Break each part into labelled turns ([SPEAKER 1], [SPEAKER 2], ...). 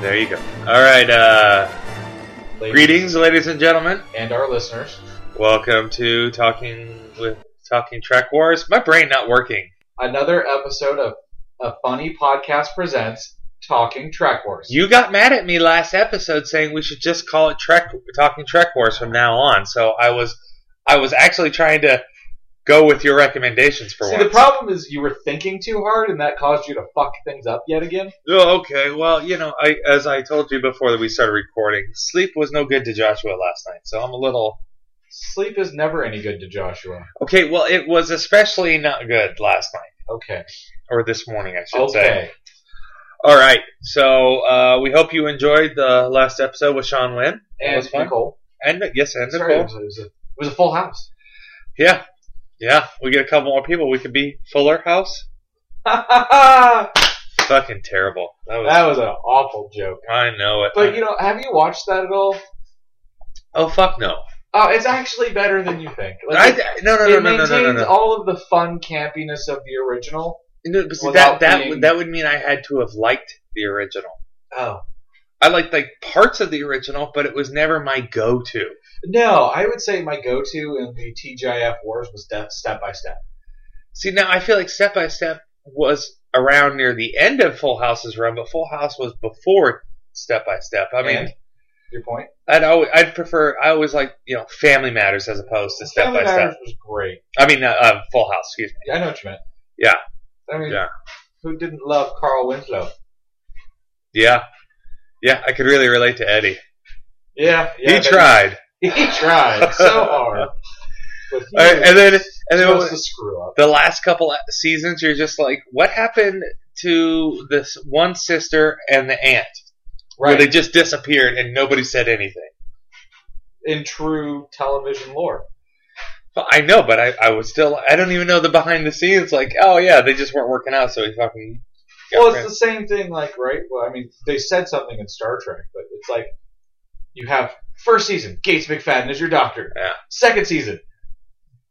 [SPEAKER 1] There you go. All right. Uh,
[SPEAKER 2] Ladies
[SPEAKER 1] greetings, ladies and gentlemen.
[SPEAKER 2] and our listeners.
[SPEAKER 1] Welcome to talking with talking Trek Wars. My brain not working.
[SPEAKER 2] Another episode of a funny podcast presents Talking Trek Wars.
[SPEAKER 1] You got mad at me last episode saying we should just call it Trek Talking Trek Wars from now on. So I was I was actually trying to go with your recommendations for
[SPEAKER 2] See,
[SPEAKER 1] once.
[SPEAKER 2] the problem is you were thinking too hard, and that caused you to fuck things up yet again.
[SPEAKER 1] Oh, okay. Well, you know, I as I told you before that we started recording, sleep was no good to Joshua last night. So I'm a little
[SPEAKER 2] Sleep is never any good to Joshua.
[SPEAKER 1] okay. Well, it was especially not good last night
[SPEAKER 2] Okay.
[SPEAKER 1] or this morning, I should say.
[SPEAKER 2] Okay.
[SPEAKER 1] All right. So uh, we hope you enjoyed the last episode with Sean Lynn That
[SPEAKER 2] And
[SPEAKER 1] was fun.
[SPEAKER 2] Nicole.
[SPEAKER 1] and yes, and
[SPEAKER 2] Sorry, it
[SPEAKER 1] Nicole.
[SPEAKER 2] was, it was a, it was a full house.
[SPEAKER 1] Yeah, yeah. We get a couple more people. We could be Fuller House.
[SPEAKER 2] that
[SPEAKER 1] Fucking terrible. That was.
[SPEAKER 2] was an awful joke.
[SPEAKER 1] I know it.
[SPEAKER 2] Uh, But you know, have you watched that at all?
[SPEAKER 1] oh fuck no.
[SPEAKER 2] Oh, it's actually better than you think. Like,
[SPEAKER 1] I,
[SPEAKER 2] it-
[SPEAKER 1] no no no
[SPEAKER 2] it
[SPEAKER 1] no no
[SPEAKER 2] maintains
[SPEAKER 1] no no. no.
[SPEAKER 2] all of the fun campiness of the original.
[SPEAKER 1] No, but see, that
[SPEAKER 2] without
[SPEAKER 1] that
[SPEAKER 2] being-
[SPEAKER 1] would, that would mean I had to have liked the original.
[SPEAKER 2] Oh.
[SPEAKER 1] I liked like parts of the original, but it was never my go-to.
[SPEAKER 2] No, I would say my go-to in the TGIF wars was Death Step by Step.
[SPEAKER 1] See, now I feel like Step by Step was around near the end of Full House's run, but Full House was before Step by Step. I mean,
[SPEAKER 2] And? Your point?
[SPEAKER 1] I'd always, I'd prefer I always like you know Family Matters as opposed to Step
[SPEAKER 2] Family
[SPEAKER 1] by
[SPEAKER 2] Matters
[SPEAKER 1] Step.
[SPEAKER 2] was great.
[SPEAKER 1] I mean, uh, uh, Full House. Excuse me.
[SPEAKER 2] Yeah, I know what you meant.
[SPEAKER 1] Yeah.
[SPEAKER 2] I mean,
[SPEAKER 1] Yeah.
[SPEAKER 2] who didn't love Carl Winslow?
[SPEAKER 1] Yeah, yeah. I could really relate to Eddie.
[SPEAKER 2] Yeah, yeah.
[SPEAKER 1] he
[SPEAKER 2] but-
[SPEAKER 1] tried,
[SPEAKER 2] He tried so hard. But he
[SPEAKER 1] All right, and then and then
[SPEAKER 2] was
[SPEAKER 1] when-
[SPEAKER 2] just a screw up.
[SPEAKER 1] the last couple seasons, you're just like, what happened to this one sister and the aunt? Where
[SPEAKER 2] Right.
[SPEAKER 1] they just disappeared and nobody said anything.
[SPEAKER 2] in true television lore.
[SPEAKER 1] But I know, but I, I was still I don't even know the behind the scenes. Like, oh yeah, they just weren't working out, so we fucking. got
[SPEAKER 2] well,
[SPEAKER 1] rid-
[SPEAKER 2] it's the same thing, like, right? Well, I mean, they said something in Star Trek, but it's like you have first season, Gates McFadden is your doctor.
[SPEAKER 1] Yeah.
[SPEAKER 2] Second season,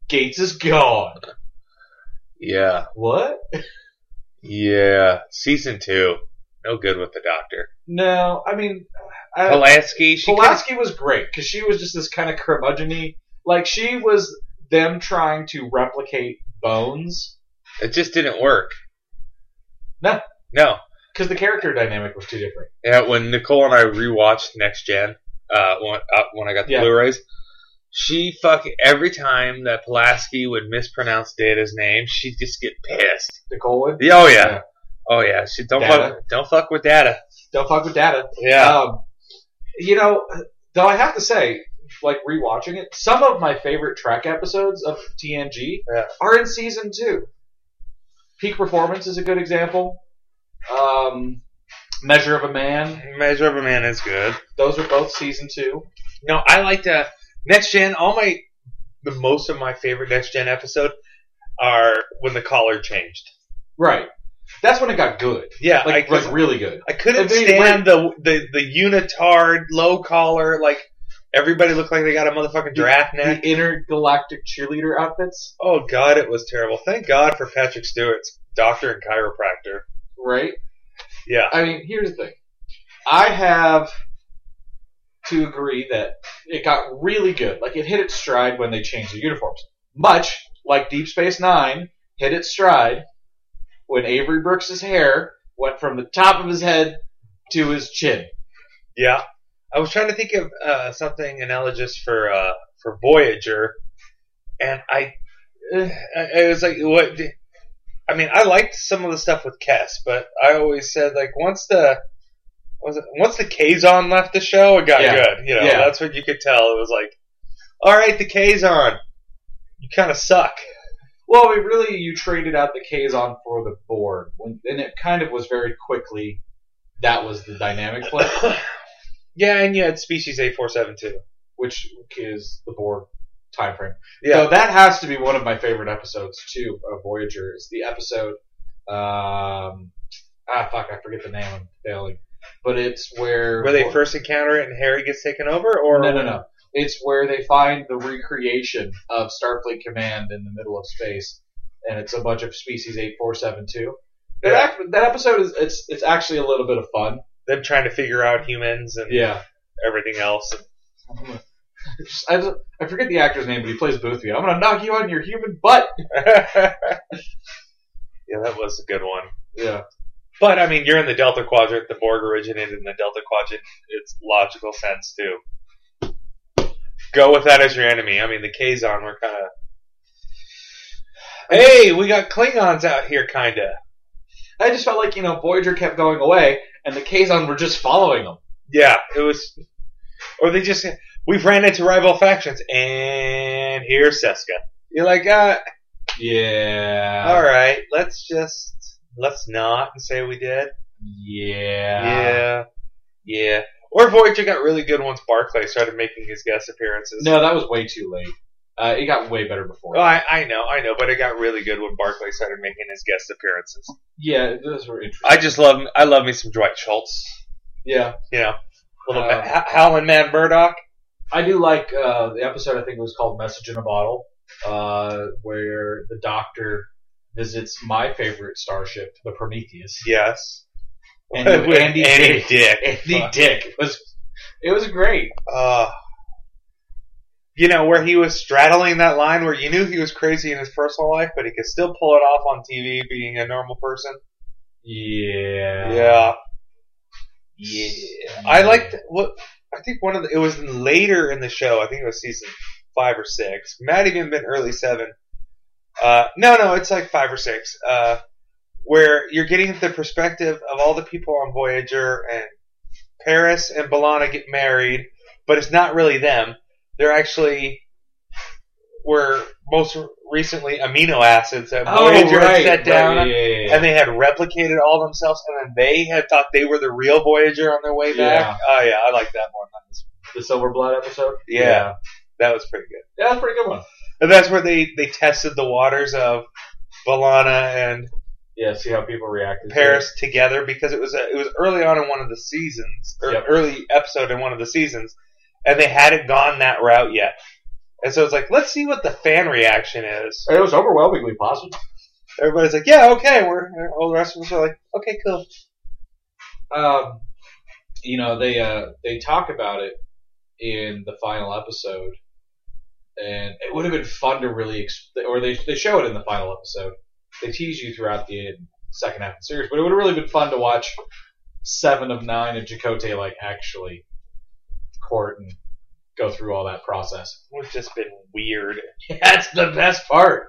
[SPEAKER 2] Gates is gone.
[SPEAKER 1] yeah,
[SPEAKER 2] What?
[SPEAKER 1] yeah. Season two, no good with the doctor.
[SPEAKER 2] No, I mean, I,
[SPEAKER 1] Pulaski, she could've-
[SPEAKER 2] Uh, Pulaski was great because she was just this kind of curmudgeon Like, she was them trying to replicate Bones
[SPEAKER 1] it just didn't work.
[SPEAKER 2] No.
[SPEAKER 1] no.
[SPEAKER 2] because the character dynamic was too different.
[SPEAKER 1] Yeah, when Nicole and I rewatched Next Gen, uh, when, uh, when I got the
[SPEAKER 2] Yeah.
[SPEAKER 1] Blu-rays, she fucking every time that Pulaski would mispronounce Data's name, she'd just get pissed.
[SPEAKER 2] Nicole would.
[SPEAKER 1] Yeah, Oh yeah,
[SPEAKER 2] Yeah.
[SPEAKER 1] oh yeah. She don't
[SPEAKER 2] Data.
[SPEAKER 1] fuck, don't fuck with Data.
[SPEAKER 2] Don't fuck with data.
[SPEAKER 1] Yeah,
[SPEAKER 2] Um, you know, though I have to say, like rewatching it, some of my favorite Trek episodes of TNG
[SPEAKER 1] Yeah.
[SPEAKER 2] are in season two. Peak Performance is a good example. Um, Measure of a Man.
[SPEAKER 1] Measure of a Man is good.
[SPEAKER 2] Those are both season two.
[SPEAKER 1] No, I like to Next Gen. All my the most of my favorite Next Gen episode are when the collar changed.
[SPEAKER 2] Right. That's when it got good.
[SPEAKER 1] Yeah,
[SPEAKER 2] Like,
[SPEAKER 1] I, 'cause
[SPEAKER 2] like really good.
[SPEAKER 1] I couldn't
[SPEAKER 2] And they
[SPEAKER 1] stand the, the the unitard low collar. Like everybody looked like they got a motherfucking draft neck.
[SPEAKER 2] The intergalactic cheerleader outfits,
[SPEAKER 1] Oh God, it was terrible. Thank God for Patrick Stewart's doctor and chiropractor.
[SPEAKER 2] right?
[SPEAKER 1] Yeah,
[SPEAKER 2] I mean, here's the thing. I have to agree that it got really good. Like it hit its stride when they changed the uniforms. Much like Deep Space Nine hit its stride when Avery Brooks' hair went from the top of his head to his chin.
[SPEAKER 1] yeah. I was trying to think of uh, something analogous for uh, for Voyager, and I, eh, I I was like, what? I mean, I liked some of the stuff with Kess, but I always said like once the was it, once the Kazon left the show, it got
[SPEAKER 2] Yeah.
[SPEAKER 1] good. You know,
[SPEAKER 2] Yeah.
[SPEAKER 1] that's what you could tell. It was like, all right, the Kazon, you kind of suck.
[SPEAKER 2] Well, we really you traded out the Kazon for the Borg, when, and it kind of was very quickly. That was the dynamic play,
[SPEAKER 1] yeah, and you had species A four seven two.
[SPEAKER 2] which is the Borg time frame.
[SPEAKER 1] Yeah.
[SPEAKER 2] So that has to be one of my favorite episodes too of Voyager. It's the episode um ah fuck, I forget the name, I'm failing. But it's where
[SPEAKER 1] Where they first encounter it and Harry gets taken over, or
[SPEAKER 2] No no no. It's where they find the recreation of Starfleet Command in the middle of space. And it's a bunch of species eight four seven two. That,
[SPEAKER 1] Yeah.
[SPEAKER 2] act- that episode is it's it's actually a little bit of fun.
[SPEAKER 1] them trying to figure out humans and
[SPEAKER 2] Yeah.
[SPEAKER 1] everything else.
[SPEAKER 2] I'm gonna- I, just- I forget the actor's name, but he plays Boothby. I'm gonna knock you on your human butt.
[SPEAKER 1] yeah, that was a good one.
[SPEAKER 2] Yeah,
[SPEAKER 1] But I mean, you're in the Delta Quadrant. The Borg originated in the Delta Quadrant. It's logical sense too. Go with that as your enemy. I mean, the Kazon were kind of. Hey, we got Klingons out here, kinda.
[SPEAKER 2] I just felt like you know Voyager kept going away, and the Kazon were just following them.
[SPEAKER 1] Yeah, it was. Or they just we've ran into rival factions, and here's Seska. You're like, uh,
[SPEAKER 2] Yeah.
[SPEAKER 1] all right, let's just let's not say we did.
[SPEAKER 2] Yeah.
[SPEAKER 1] Yeah, yeah. Or Voyager got really good once Barclay started making his guest appearances.
[SPEAKER 2] No, that was way too late. Uh, it got way better before.
[SPEAKER 1] Oh, I, I know, I know, but it got really good when Barclay started making his guest appearances.
[SPEAKER 2] yeah, those were interesting.
[SPEAKER 1] I just love, I love me some Dwight Schultz.
[SPEAKER 2] yeah,
[SPEAKER 1] You know, little
[SPEAKER 2] Um,
[SPEAKER 1] Ma- Howlin' Mad Murdoch.
[SPEAKER 2] I do like uh, the episode. I think it was called "Message in a Bottle," uh, where the Doctor visits my favorite starship, the Prometheus,
[SPEAKER 1] Yes,
[SPEAKER 2] and
[SPEAKER 1] With
[SPEAKER 2] Andy,
[SPEAKER 1] Andy
[SPEAKER 2] Dick.
[SPEAKER 1] Dick.
[SPEAKER 2] Andy Dick It was it was great.
[SPEAKER 1] Uh, you know where he was straddling that line where you knew he was crazy in his personal life, but he could still pull it off on TV, being a normal person.
[SPEAKER 2] Yeah.
[SPEAKER 1] Yeah.
[SPEAKER 2] Yeah.
[SPEAKER 1] I liked what I think one of the, it was later in the show. I think it was season five or six. Might even been early seven. Uh, no, no, it's like five or six. Uh, where you're getting the perspective of all the people on Voyager and Paris and B'Elanna get married, but it's not really them. They're actually were most recently amino acids that
[SPEAKER 2] Oh,
[SPEAKER 1] Voyager had set down
[SPEAKER 2] Yeah, yeah, yeah.
[SPEAKER 1] and they had replicated all themselves, and then they had thought they were the real Voyager on their way back.
[SPEAKER 2] Yeah.
[SPEAKER 1] Oh yeah, I like that one. That was,
[SPEAKER 2] the Silver Blood episode.
[SPEAKER 1] Yeah.
[SPEAKER 2] yeah,
[SPEAKER 1] that was pretty good.
[SPEAKER 2] Yeah, that's a pretty good one.
[SPEAKER 1] And that's where they they tested the waters of Balana and
[SPEAKER 2] Yeah, see how people reacted. to it.
[SPEAKER 1] Paris together because it was a, it was early on in one of the seasons, or
[SPEAKER 2] Yep.
[SPEAKER 1] early episode in one of the seasons, and they hadn't gone that route yet. And so it's like, let's see what the fan reaction is.
[SPEAKER 2] It was overwhelmingly positive.
[SPEAKER 1] Everybody's like, yeah, okay. We're and all the rest of us are like, okay, cool.
[SPEAKER 2] Um, you know, they uh, they talk about it in the final episode, and it would have been fun to really, exp- or they they show it in the final episode. They tease you throughout the second half of the series, but it would have really been fun to watch seven of nine and Chakotay like actually court and go through all that process.
[SPEAKER 1] We've just been weird.
[SPEAKER 2] That's the best part.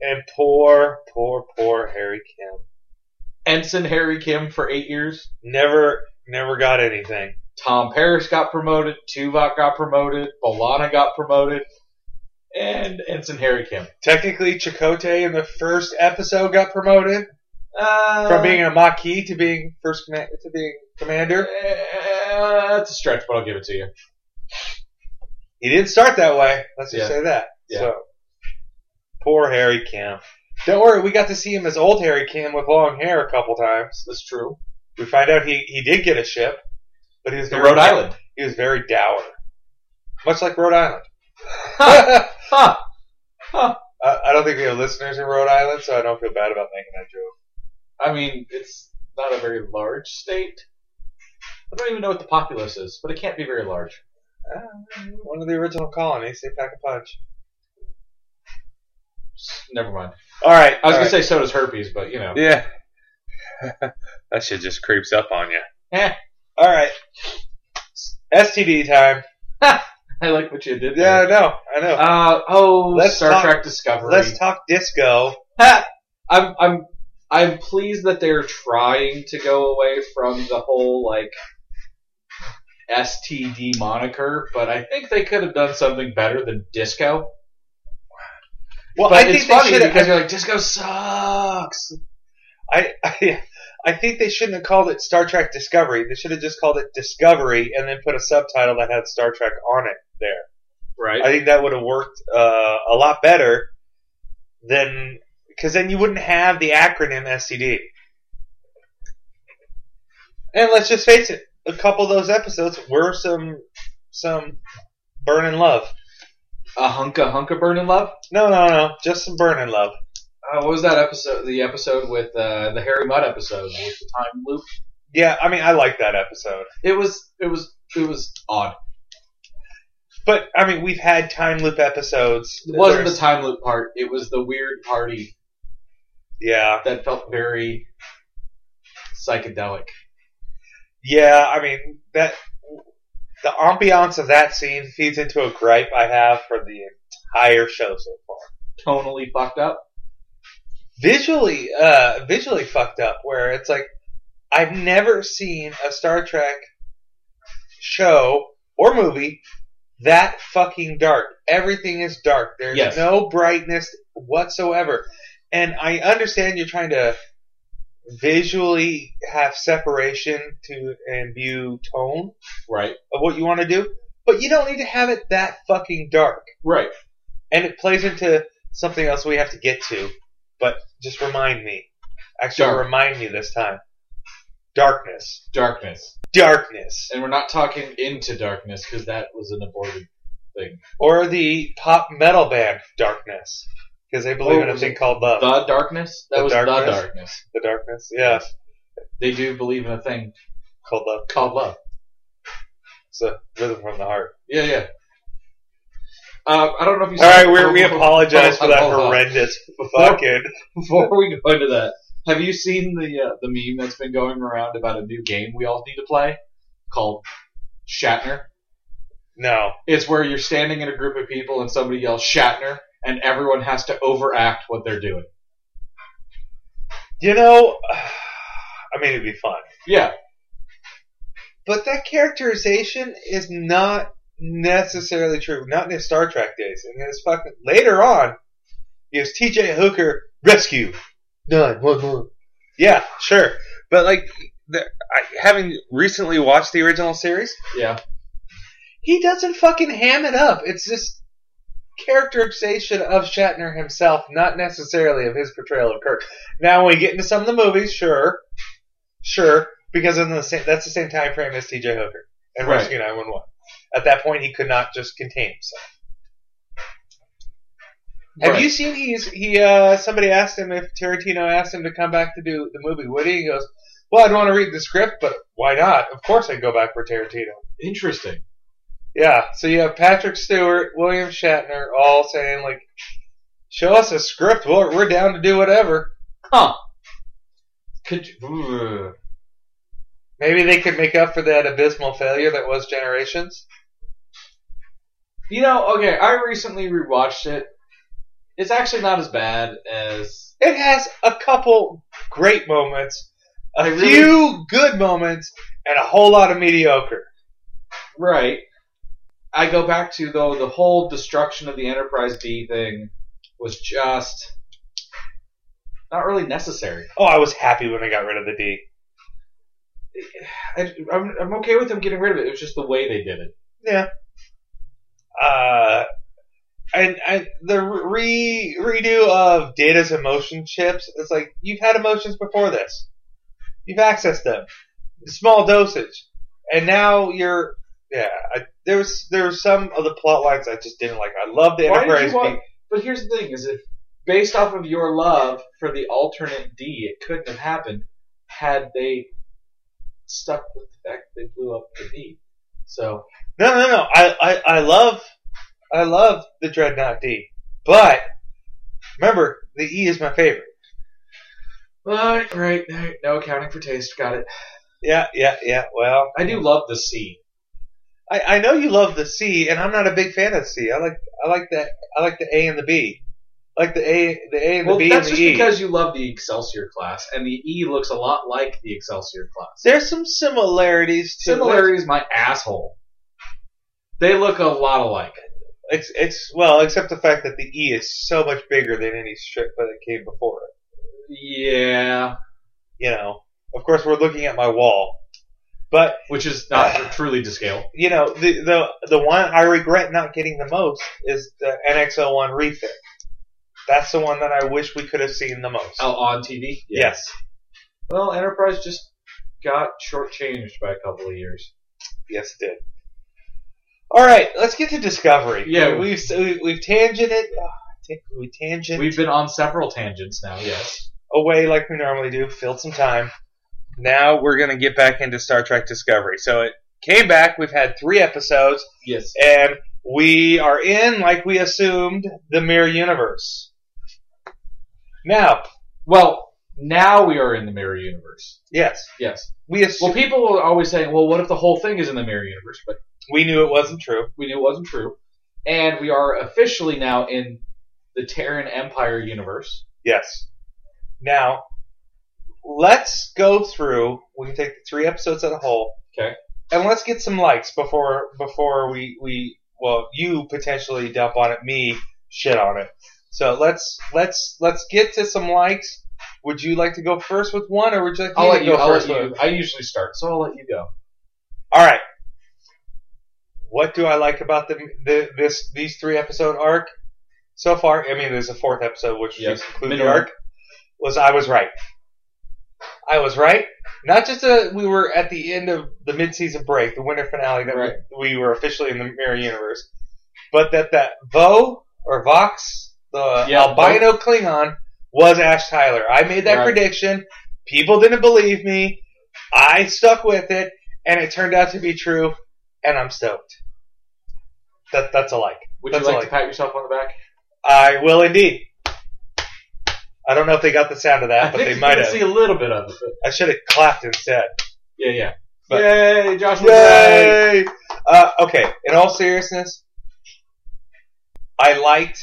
[SPEAKER 1] And poor, poor, poor Harry Kim.
[SPEAKER 2] Ensign Harry Kim for eight years.
[SPEAKER 1] Never, never got anything.
[SPEAKER 2] Tom Paris got promoted, Tuvok got promoted, Bolana got promoted, and Ensign Harry Kim.
[SPEAKER 1] Technically, Chakotay in the first episode got promoted
[SPEAKER 2] Uh,
[SPEAKER 1] from being a Maquis to being first command to being commander.
[SPEAKER 2] uh, that's a stretch, but I'll give it to you.
[SPEAKER 1] He didn't start that way. Let's just
[SPEAKER 2] Yeah.
[SPEAKER 1] say that.
[SPEAKER 2] Yeah.
[SPEAKER 1] So poor Harry Kim. Don't worry, we got to see him as old Harry Kim with long hair a couple times.
[SPEAKER 2] That's true.
[SPEAKER 1] We find out he, he did get a ship, but he was
[SPEAKER 2] The
[SPEAKER 1] very-
[SPEAKER 2] Rhode Island.
[SPEAKER 1] He was very dour, much like Rhode Island.
[SPEAKER 2] Huh. huh.
[SPEAKER 1] I, I don't think we have listeners in Rhode Island, so I don't feel bad about making that joke.
[SPEAKER 2] I mean, it's not a very large state. I don't even know what the populace is, but it can't be very large.
[SPEAKER 1] Ah, one of the original colonies, they pack a punch.
[SPEAKER 2] Never mind.
[SPEAKER 1] All right.
[SPEAKER 2] I was going to say so does herpes, but you know.
[SPEAKER 1] Yeah. that shit just creeps up on you.
[SPEAKER 2] Eh.
[SPEAKER 1] All right. STD time.
[SPEAKER 2] I like what you did
[SPEAKER 1] Yeah, I
[SPEAKER 2] there.
[SPEAKER 1] know. I know.
[SPEAKER 2] Uh, oh,
[SPEAKER 1] Let's
[SPEAKER 2] Star
[SPEAKER 1] talk-
[SPEAKER 2] Trek Discovery.
[SPEAKER 1] Let's talk disco.
[SPEAKER 2] Ha! I'm I'm I'm pleased that they're trying to go away from the whole like STD moniker, but I think they could have done something better than disco.
[SPEAKER 1] Well,
[SPEAKER 2] but
[SPEAKER 1] I think
[SPEAKER 2] it's
[SPEAKER 1] they
[SPEAKER 2] funny
[SPEAKER 1] should.
[SPEAKER 2] because
[SPEAKER 1] I,
[SPEAKER 2] you're like disco sucks.
[SPEAKER 1] I, I, think they shouldn't have called it Star Trek Discovery. They should have just called it Discovery and then put a subtitle that had Star Trek on it there.
[SPEAKER 2] Right.
[SPEAKER 1] I think that would have worked uh, a lot better than because then you wouldn't have the acronym STD. And let's just face it, a couple of those episodes were some some burning love.
[SPEAKER 2] a hunka hunka burning love.
[SPEAKER 1] No, no, no, just some burning love.
[SPEAKER 2] Uh, what was that episode? The episode with uh, the Harry Mudd episode with the time loop.
[SPEAKER 1] Yeah, I mean, I like that episode,
[SPEAKER 2] It was it was it was odd.
[SPEAKER 1] but I mean, we've had time loop episodes.
[SPEAKER 2] It wasn't the
[SPEAKER 1] There's-
[SPEAKER 2] time loop part. It was the weird party
[SPEAKER 1] yeah,
[SPEAKER 2] that felt very psychedelic.
[SPEAKER 1] yeah. I mean that the ambiance of that scene feeds into a gripe I have for the entire show so far.
[SPEAKER 2] Tonally fucked up.
[SPEAKER 1] Visually, uh, visually fucked up. Where it's like I've never seen a Star Trek show or movie that fucking dark. Everything is dark. There's
[SPEAKER 2] Yes.
[SPEAKER 1] no brightness whatsoever. And I understand you're trying to visually have separation to and view tone
[SPEAKER 2] Right.
[SPEAKER 1] of what you want to do, but you don't need to have it that fucking dark.
[SPEAKER 2] Right.
[SPEAKER 1] And it plays into something else we have to get to, but just remind me. Actually,
[SPEAKER 2] Dark.
[SPEAKER 1] remind me this time. Darkness.
[SPEAKER 2] Darkness.
[SPEAKER 1] Darkness.
[SPEAKER 2] And we're not talking into darkness because that was an aborted thing.
[SPEAKER 1] Or the pop metal band Darkness. Because they believe
[SPEAKER 2] Oh,
[SPEAKER 1] in a
[SPEAKER 2] was
[SPEAKER 1] thing
[SPEAKER 2] it
[SPEAKER 1] called love. The,
[SPEAKER 2] The darkness. That
[SPEAKER 1] The
[SPEAKER 2] was the
[SPEAKER 1] darkness?
[SPEAKER 2] darkness.
[SPEAKER 1] Darkness. Yeah.
[SPEAKER 2] They do believe in a thing
[SPEAKER 1] Called love.
[SPEAKER 2] called love.
[SPEAKER 1] It's a rhythm from the heart.
[SPEAKER 2] Yeah, yeah. Uh, I don't know if you.
[SPEAKER 1] All right, we're, we apologize for that
[SPEAKER 2] Hold on.
[SPEAKER 1] horrendous
[SPEAKER 2] Before,
[SPEAKER 1] fucking.
[SPEAKER 2] before we go into that, have you seen the uh, the meme that's been going around about a new game we all need to play called Shatner?
[SPEAKER 1] No.
[SPEAKER 2] It's where you're standing in a group of people and somebody yells Shatner, and everyone has to overact what they're doing.
[SPEAKER 1] You know, I mean, it'd be fun.
[SPEAKER 2] Yeah,
[SPEAKER 1] But that characterization is not necessarily true. Not in his Star Trek days. And it's fucking later on, it was T.J. Hooker rescue done one more. Yeah, sure. But like, the, I, having recently watched the original series,
[SPEAKER 2] yeah.
[SPEAKER 1] he doesn't fucking ham it up. It's just characterization of Shatner himself, not necessarily of his portrayal of Kirk. Now, when we get into some of the movies, sure, sure, because in the same, that's the same time frame as T.J. Hooker and
[SPEAKER 2] Right.
[SPEAKER 1] Rescue 911. At that point, he could not just contain himself. Have
[SPEAKER 2] Right.
[SPEAKER 1] you seen he's he? Uh, somebody asked him if Tarantino asked him to come back to do the movie Woody. He goes, "Well, I'd want to read the script, but why not? Of course, I'd go back for Tarantino."
[SPEAKER 2] Interesting.
[SPEAKER 1] Yeah, so you have Patrick Stewart, William Shatner, all saying like, "Show us a script. We're, we're down to do whatever."
[SPEAKER 2] Huh? Could you, uh,
[SPEAKER 1] Maybe they could make up for that abysmal failure that was Generations.
[SPEAKER 2] you know? Okay, I recently rewatched it. It's actually not as bad as
[SPEAKER 1] It has a couple great moments, a
[SPEAKER 2] I really-
[SPEAKER 1] few good moments, and a whole lot of mediocre.
[SPEAKER 2] Right. I go back to though the whole destruction of the Enterprise D thing was just not really necessary.
[SPEAKER 1] Oh, I was happy when I got rid of the D.
[SPEAKER 2] I, I'm, I'm okay with them getting rid of it. It was just the way they did it.
[SPEAKER 1] Uh, and and the re redo of Data's emotion chips. It's like you've had emotions before this. You've accessed them, small dosage, and now you're. Yeah, I, there was there were some of the plot lines I just didn't like. I love the
[SPEAKER 2] Why did you
[SPEAKER 1] Enterprise.
[SPEAKER 2] want-
[SPEAKER 1] being-
[SPEAKER 2] But here's the thing: is if based off of your love for the alternate D, it couldn't have happened had they stuck with the fact they blew up the D. So
[SPEAKER 1] No, no, no. I, I, I love, I love the Dreadnought D, but remember the E is my favorite.
[SPEAKER 2] right, right, right. No accounting for taste. Got it.
[SPEAKER 1] Yeah, yeah, yeah. Well,
[SPEAKER 2] I do love the C.
[SPEAKER 1] I, I know you love the C, and I'm not a big fan of C. I like I like that I like the A and the B, I like the A the A and
[SPEAKER 2] Well,
[SPEAKER 1] the B
[SPEAKER 2] that's
[SPEAKER 1] and
[SPEAKER 2] just
[SPEAKER 1] the E.
[SPEAKER 2] because you love the Excelsior class, and the E looks a lot like the Excelsior class.
[SPEAKER 1] There's some similarities to
[SPEAKER 2] Similarity is my asshole. They look a lot alike.
[SPEAKER 1] It's it's well, except the fact that the E is so much bigger than any strip that came before it.
[SPEAKER 2] Yeah,
[SPEAKER 1] You know, of course we're looking at my wall, but
[SPEAKER 2] which is not truly to scale.
[SPEAKER 1] you know the the the one I regret not getting the most is the NX01 refit. That's the one that I wish we could have seen the most.
[SPEAKER 2] Oh, on TV.
[SPEAKER 1] yes.
[SPEAKER 2] Well, Enterprise just got shortchanged by a couple of years.
[SPEAKER 1] Yes, it did. All right, let's get to Discovery.
[SPEAKER 2] Yeah.
[SPEAKER 1] we've we've, we've tangented. ah, ta- We tangent
[SPEAKER 2] We've been on several tangents now. Yes.
[SPEAKER 1] away like we normally do, filled some time. now we're going to get back into Star Trek Discovery. So it came back. We've had three episodes,
[SPEAKER 2] Yes.
[SPEAKER 1] and we are in, like we assumed, the mirror universe. Now,
[SPEAKER 2] Well, now we are in the mirror universe.
[SPEAKER 1] yes,
[SPEAKER 2] Yes.
[SPEAKER 1] we assumed,
[SPEAKER 2] Well, people are always saying, well, what if the whole thing is in the mirror universe? But
[SPEAKER 1] we knew it wasn't true.
[SPEAKER 2] we knew it wasn't true. And we are officially now in the Terran Empire universe.
[SPEAKER 1] Yes. Now, let's go through. We can take the three episodes as a whole.
[SPEAKER 2] Okay.
[SPEAKER 1] And let's get some likes before before we we well you potentially dump on it, me shit on it. So let's let's let's get to some likes. Would you like to go first with one, or would you like me
[SPEAKER 2] I'll
[SPEAKER 1] to
[SPEAKER 2] let you,
[SPEAKER 1] go
[SPEAKER 2] I'll
[SPEAKER 1] first?
[SPEAKER 2] let you.
[SPEAKER 1] with-
[SPEAKER 2] I usually start, so I'll let you go.
[SPEAKER 1] All right. What do I like about the, the this these three episode arc so far? I mean, there's a fourth episode which
[SPEAKER 2] Yes.
[SPEAKER 1] is included the
[SPEAKER 2] Middle.
[SPEAKER 1] arc. Was I was right. I was right. Not just that we were at the end of the mid season break, the winter finale that we-
[SPEAKER 2] Right.
[SPEAKER 1] we, were officially in the mirror universe, but that that Vo or Vox, the
[SPEAKER 2] Yeah,
[SPEAKER 1] albino Klingon, was Ash Tyler. I made that
[SPEAKER 2] Right.
[SPEAKER 1] prediction. People didn't believe me. I stuck with it, and it turned out to be true, and I'm stoked. That that's a like.
[SPEAKER 2] Would
[SPEAKER 1] That's
[SPEAKER 2] you like
[SPEAKER 1] all I-
[SPEAKER 2] to pat yourself on the back?
[SPEAKER 1] I will indeed. I don't know if they got the sound of
[SPEAKER 2] I
[SPEAKER 1] that, but
[SPEAKER 2] think
[SPEAKER 1] they
[SPEAKER 2] you
[SPEAKER 1] might
[SPEAKER 2] can
[SPEAKER 1] have.
[SPEAKER 2] see a little bit of it. but-
[SPEAKER 1] I should have clapped instead.
[SPEAKER 2] Yeah, yeah.
[SPEAKER 1] But-
[SPEAKER 2] Yay, Josh! Yay!
[SPEAKER 1] Yay! Uh, okay, in all seriousness, I liked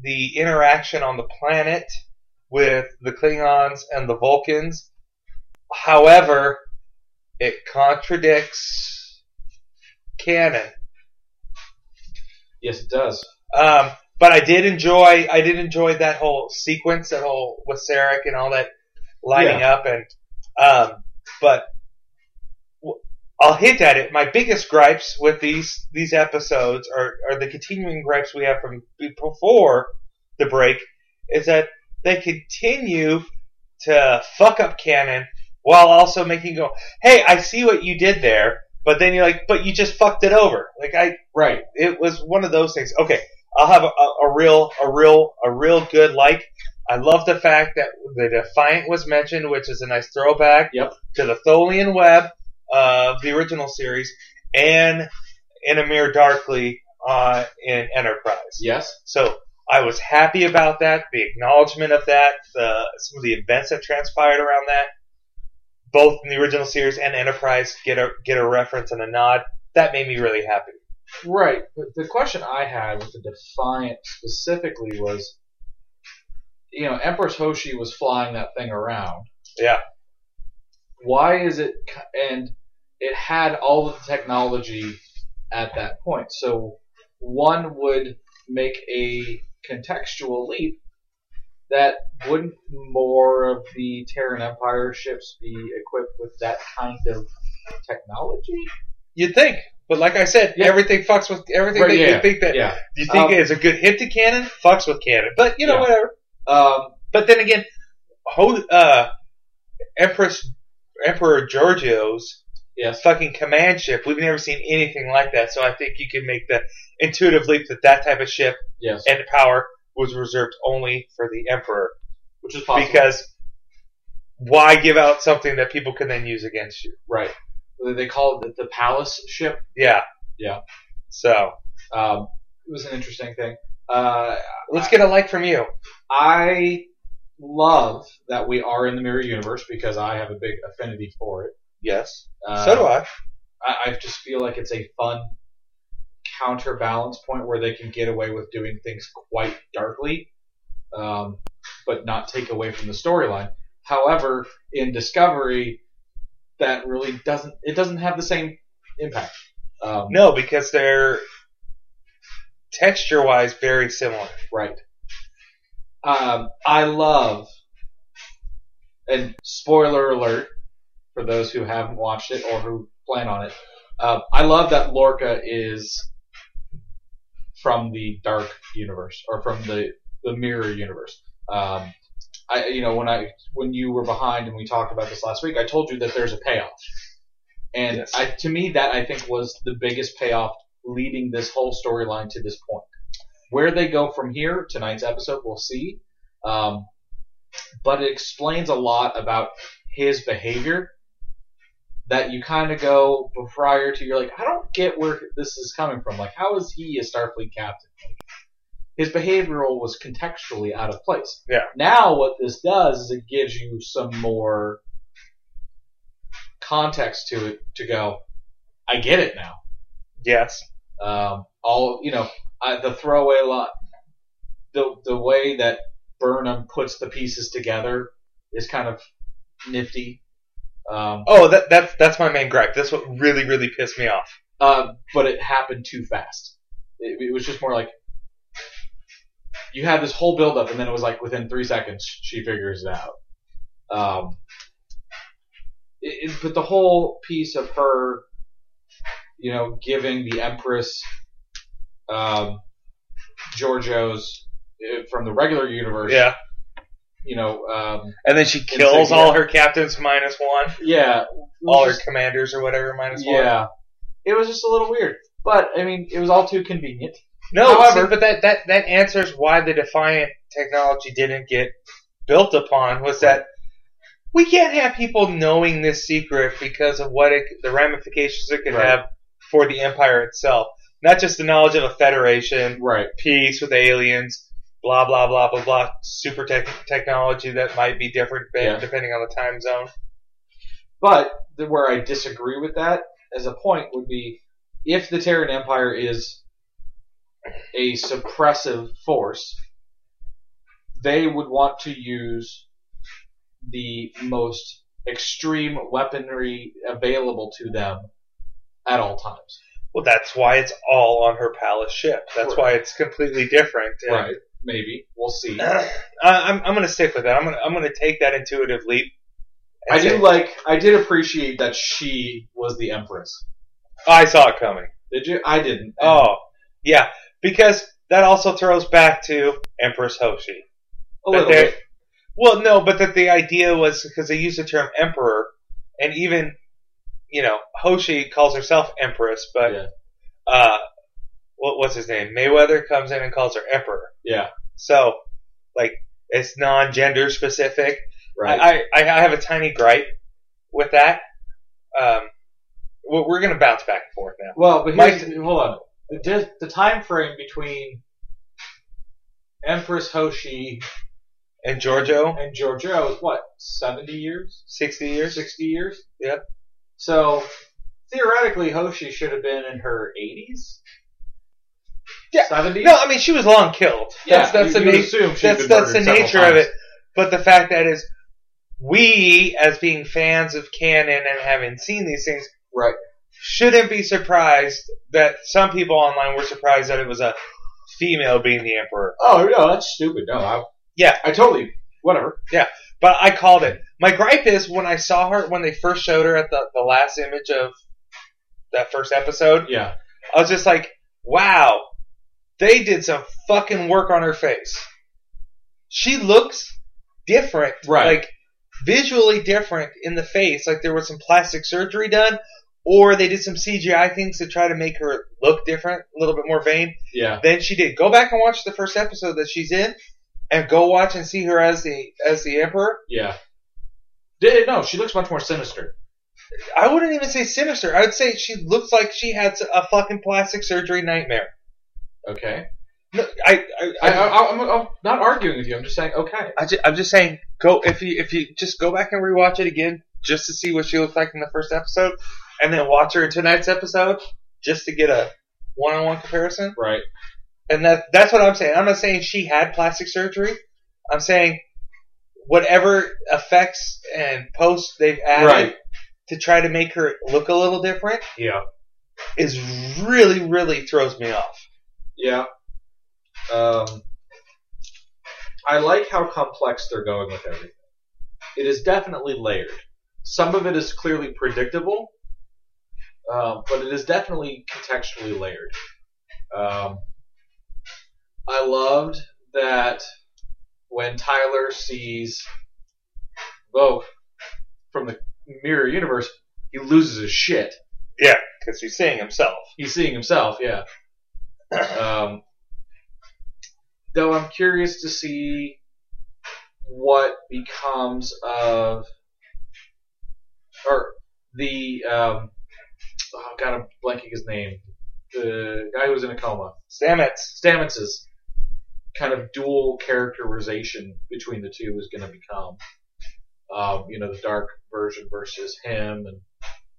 [SPEAKER 1] the interaction on the planet with the Klingons and the Vulcans. However, it contradicts canon.
[SPEAKER 2] Yes, it does.
[SPEAKER 1] Um, but I did enjoy I did enjoy that whole sequence, that whole Wasaric and all that lining up and um, but w- I'll hint at it. My biggest gripes with these these episodes are, are the continuing gripes we have from before the break is that they continue to fuck up canon while also making you go, hey, I see what you did there, but then you're like, but you just fucked it over. Like I
[SPEAKER 2] Right.
[SPEAKER 1] it was one of those things. Okay, I'll have a, a, a real, a real, a real good like. I love the fact that the Defiant was mentioned, which is a nice throwback
[SPEAKER 2] Yep.
[SPEAKER 1] to the Tholian web of the original series, and in a mirror darkly uh, in Enterprise.
[SPEAKER 2] Yes.
[SPEAKER 1] So I was happy about that, the acknowledgement of that, the, some of the events that transpired around that. Both in the original series and Enterprise get a get a reference and a nod. That made me really happy.
[SPEAKER 2] Right. But the question I had with the Defiant specifically was, you know, Empress Hoshi was flying that thing around.
[SPEAKER 1] Yeah.
[SPEAKER 2] Why is it? c- And it had all of the technology at that point. So one would make a contextual leap that wouldn't more of the Terran Empire ships be equipped with that kind of technology?
[SPEAKER 1] You'd think, but like I said,
[SPEAKER 2] Yeah.
[SPEAKER 1] everything fucks with everything.
[SPEAKER 2] Right,
[SPEAKER 1] that
[SPEAKER 2] yeah,
[SPEAKER 1] you think that
[SPEAKER 2] Yeah.
[SPEAKER 1] you think
[SPEAKER 2] Um,
[SPEAKER 1] is a good hit to canon, fucks with canon. But you know
[SPEAKER 2] Yeah.
[SPEAKER 1] whatever.
[SPEAKER 2] Um,
[SPEAKER 1] But then again, Ho- uh, Empress Emperor Giorgio's
[SPEAKER 2] yes.
[SPEAKER 1] fucking command ship. We've never seen anything like that. So I think you can make the intuitive leap that that type of ship
[SPEAKER 2] Yes.
[SPEAKER 1] and power was reserved only for the Emperor.
[SPEAKER 2] Which is possible.
[SPEAKER 1] Because why give out something that people can then use against you?
[SPEAKER 2] right. They call it the, the palace ship.
[SPEAKER 1] Yeah.
[SPEAKER 2] Yeah.
[SPEAKER 1] So
[SPEAKER 2] Um, it was an interesting thing. Uh,
[SPEAKER 1] let's get a like from you.
[SPEAKER 2] I love that we are in the mirror universe because I have a big affinity for it.
[SPEAKER 1] Yes.
[SPEAKER 2] Uh,
[SPEAKER 1] so do I.
[SPEAKER 2] I. I just feel like it's a fun counterbalance point where they can get away with doing things quite darkly, um, but not take away from the storyline. However, in Discovery, that really doesn't. It doesn't have the same impact. Um,
[SPEAKER 1] No, because they're texture wise very similar.
[SPEAKER 2] Right. Um, I love, and spoiler alert for those who haven't watched it or who plan on it. Uh, I love that Lorca is from the dark universe or from the the mirror universe. Um, I, you know, when I when you were behind and we talked about this last week, I told you that there's a payoff, and
[SPEAKER 1] Yes.
[SPEAKER 2] I, to me, that I think was the biggest payoff leading this whole storyline to this point. Where they go from here, tonight's episode, we'll see. Um, but it explains a lot about his behavior that you kind of go prior to you're like I don't get where this is coming from. Like how is he a Starfleet captain? Like, his behavioral was contextually out of place.
[SPEAKER 1] Yeah.
[SPEAKER 2] Now what this does is it gives you some more context to it to go. I get it now.
[SPEAKER 1] Yes.
[SPEAKER 2] Um, all you know, I, the throwaway line, the the way that Burnham puts the pieces together is kind of nifty. Um,
[SPEAKER 1] Oh, that that's that's my main gripe. That's what really really pissed me off.
[SPEAKER 2] uh, but it happened too fast. It, it was just more like you had this whole buildup, and then it was like within three seconds she figures it out. Um, it, it- but the whole piece of her, you know, giving the Empress um, Giorgio's uh, from the regular universe,
[SPEAKER 1] Yeah.
[SPEAKER 2] you know, um,
[SPEAKER 1] And then she kills
[SPEAKER 2] Insignia.
[SPEAKER 1] all her captains minus one,
[SPEAKER 2] yeah,
[SPEAKER 1] all
[SPEAKER 2] just-
[SPEAKER 1] her commanders or whatever minus one.
[SPEAKER 2] yeah. It was just a little weird, but I mean, it was all too convenient.
[SPEAKER 1] No,
[SPEAKER 2] However-
[SPEAKER 1] see, but that, that that answers why the Defiant technology didn't get built upon was that we can't have people knowing this secret because of what it, the ramifications it could
[SPEAKER 2] Right.
[SPEAKER 1] have for the Empire itself. Not just the knowledge of a Federation,
[SPEAKER 2] Right.
[SPEAKER 1] peace with aliens, blah blah blah blah blah, super tech technology that might be different ba-
[SPEAKER 2] Yeah.
[SPEAKER 1] depending on the time zone.
[SPEAKER 2] But the, where I disagree with that as a point would be if the Terran Empire is a suppressive force, they would want to use the most extreme weaponry available to them at all times.
[SPEAKER 1] Well, that's why it's all on her palace ship. That's
[SPEAKER 2] Right.
[SPEAKER 1] why it's completely different. and-
[SPEAKER 2] Right. Maybe. We'll see.
[SPEAKER 1] I, I'm, I'm going to stick with that. I'm going to I'm going to take that intuitive leap. and
[SPEAKER 2] I do
[SPEAKER 1] say-
[SPEAKER 2] like I did appreciate that she was the Empress.
[SPEAKER 1] I saw it coming.
[SPEAKER 2] Did you? I didn't.
[SPEAKER 1] Oh, yeah, because that also throws back to Empress Hoshi.
[SPEAKER 2] a little
[SPEAKER 1] that they-
[SPEAKER 2] bit.
[SPEAKER 1] Well, no, but that the idea was because they used the term emperor, and even you know Hoshi calls herself empress, but
[SPEAKER 2] Yeah.
[SPEAKER 1] uh, what what's his name? Mayweather comes in and calls her emperor.
[SPEAKER 2] Yeah.
[SPEAKER 1] So, like, it's non-gender specific.
[SPEAKER 2] Right.
[SPEAKER 1] I, I, I have a tiny gripe with that. Um, we're, we're going to bounce back and forth now.
[SPEAKER 2] Well, but
[SPEAKER 1] My-
[SPEAKER 2] here's, hold on. The, dis- the time frame between Empress Hoshi
[SPEAKER 1] And Giorgio,
[SPEAKER 2] and Giorgio is what seventy years,
[SPEAKER 1] 60 years?
[SPEAKER 2] sixty years.
[SPEAKER 1] Yeah.
[SPEAKER 2] So theoretically, Hoshi should have been in her eighties.
[SPEAKER 1] Yeah.
[SPEAKER 2] Seventies.
[SPEAKER 1] No, I mean, she was long killed.
[SPEAKER 2] yeah,
[SPEAKER 1] that's that's,
[SPEAKER 2] you,
[SPEAKER 1] the,
[SPEAKER 2] you would
[SPEAKER 1] na-
[SPEAKER 2] assume she'd
[SPEAKER 1] that's,
[SPEAKER 2] been
[SPEAKER 1] that's the
[SPEAKER 2] murdered several
[SPEAKER 1] nature of
[SPEAKER 2] times.
[SPEAKER 1] it. But the fact that is, we, as being fans of canon and having seen these things,
[SPEAKER 2] Right.
[SPEAKER 1] shouldn't be surprised that some people online were surprised that it was a female being the emperor.
[SPEAKER 2] Oh no, that's stupid. No, I,
[SPEAKER 1] Yeah.
[SPEAKER 2] I totally whatever.
[SPEAKER 1] But I called it. My gripe is when I saw her when they first showed her at the, the last image of that first episode,
[SPEAKER 2] Yeah,
[SPEAKER 1] I was just like, wow, they did some fucking work on her face. She looks different.
[SPEAKER 2] Right.
[SPEAKER 1] Like visually different in the face. Like there was some plastic surgery done, or they did some CGI things to try to make her look different, a little bit more vain
[SPEAKER 2] yeah,
[SPEAKER 1] than she did. Go back and watch the first episode that she's in and go watch and see her as the as the emperor.
[SPEAKER 2] yeah. Did no? She looks much more sinister.
[SPEAKER 1] I wouldn't even say sinister. I would say she looks like she had a fucking plastic surgery nightmare.
[SPEAKER 2] Okay,
[SPEAKER 1] No, I, I,
[SPEAKER 2] I,
[SPEAKER 1] I,
[SPEAKER 2] I, I'm, I'm not arguing with you. I'm just saying. Okay,
[SPEAKER 1] I ju- I'm just saying, go if you if you just go back and rewatch it again just to see what she looked like in the first episode, and then watch her in tonight's episode just to get a one-on-one comparison.
[SPEAKER 2] right.
[SPEAKER 1] And that that's what I'm saying. I'm not saying she had plastic surgery. I'm saying whatever effects and posts they've added
[SPEAKER 2] Right.
[SPEAKER 1] to try to make her look a little different.
[SPEAKER 2] Yeah.
[SPEAKER 1] is really, really throws me off.
[SPEAKER 2] Yeah. Um, I like how complex they're going with everything. It is definitely layered. Some of it is clearly predictable, um, but it is definitely contextually layered. Um, I loved that when Tyler sees Vogue from the mirror universe, he loses his shit
[SPEAKER 1] Yeah, because he's seeing himself.
[SPEAKER 2] he's seeing himself, yeah. Um, though I'm curious to see what becomes of, or the um, oh god, I'm blanking his name. The guy who was in a coma.
[SPEAKER 1] Stamets.
[SPEAKER 2] Stamets's kind of dual characterization between the two is going to become, um, you know, the dark version versus him, and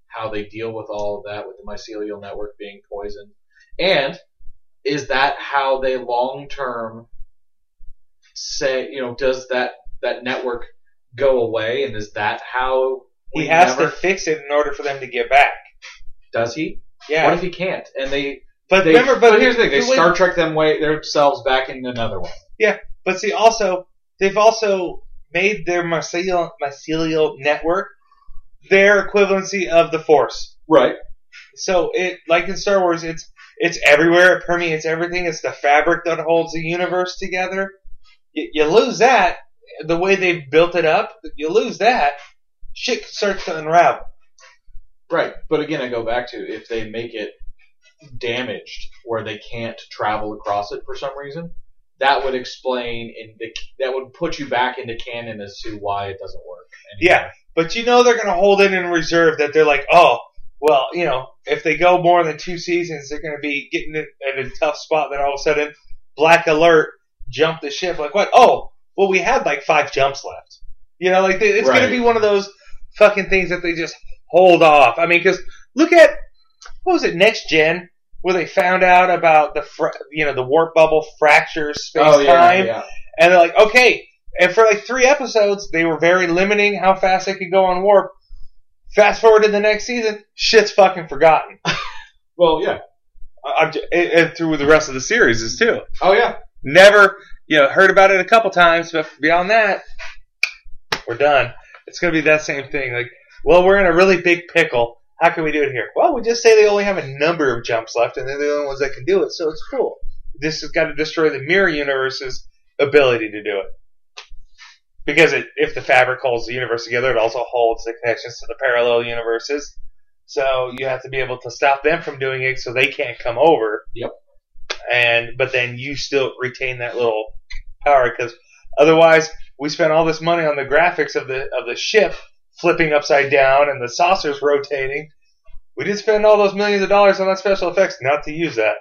[SPEAKER 2] how they deal with all of that with the mycelial network being poisoned, and is that how they long term say, you know, does that that network go away, and is that how
[SPEAKER 1] He has
[SPEAKER 2] never-
[SPEAKER 1] to fix it in order for them to get back.
[SPEAKER 2] does he?
[SPEAKER 1] Yeah.
[SPEAKER 2] What if he can't? And they
[SPEAKER 1] but
[SPEAKER 2] they,
[SPEAKER 1] remember, but,
[SPEAKER 2] here's the thing: they
[SPEAKER 1] but wait-
[SPEAKER 2] Star Trek them way themselves back in another one.
[SPEAKER 1] But see, also they've also made their mycelial, mycelial network their equivalency of the Force.
[SPEAKER 2] Right.
[SPEAKER 1] So it, like in Star Wars, it's it's everywhere. It permeates everything. It's the fabric that holds the universe together. You, you lose that the way they've built it up. You lose that, shit starts to unravel.
[SPEAKER 2] Right. But again, I go back to if they make it damaged where they can't travel across it for some reason, that would explain and the, that would put you back into canon as to why it doesn't work.
[SPEAKER 1] Yeah. But you know they're going to hold it in reserve. That they're like, oh, well, you know, if they go more than two seasons, they're going to be getting in, in a tough spot. Then all of a sudden, Black Alert jumped the ship. Like what? Oh, well, we had like five jumps left. You know, like they, it's going
[SPEAKER 2] Right.
[SPEAKER 1] to be one of those fucking things that they just hold off. I mean, because look at what was it next gen where they found out about the fra- you know the warp bubble fractures space
[SPEAKER 2] Oh yeah,
[SPEAKER 1] time
[SPEAKER 2] yeah.
[SPEAKER 1] and they're like, okay. And for like three episodes, they were very limiting how fast they could go on warp. Fast forward to the next season, shit's fucking forgotten.
[SPEAKER 2] Well, yeah.
[SPEAKER 1] I- I'm j- and, and through the rest of the series is too.
[SPEAKER 2] Oh yeah.
[SPEAKER 1] Never, you know, heard about it a couple times, but beyond that, we're done. It's gonna be that same thing. Like, well, we're in a really big pickle. How can we do it here? Well, we just say they only have a number of jumps left, and they're the only ones that can do it, so it's cool. This has got to destroy the mirror universe's ability to do it. Because it, if the fabric holds the universe together, it also holds the connections to the parallel universes. So you have to be able to stop them from doing it, so they can't come over.
[SPEAKER 2] Yep.
[SPEAKER 1] And but then you still retain that little power because otherwise we spent all this money on the graphics of the of the ship flipping upside down and the saucers rotating. We did spend all those millions of dollars on that special effects not to use that.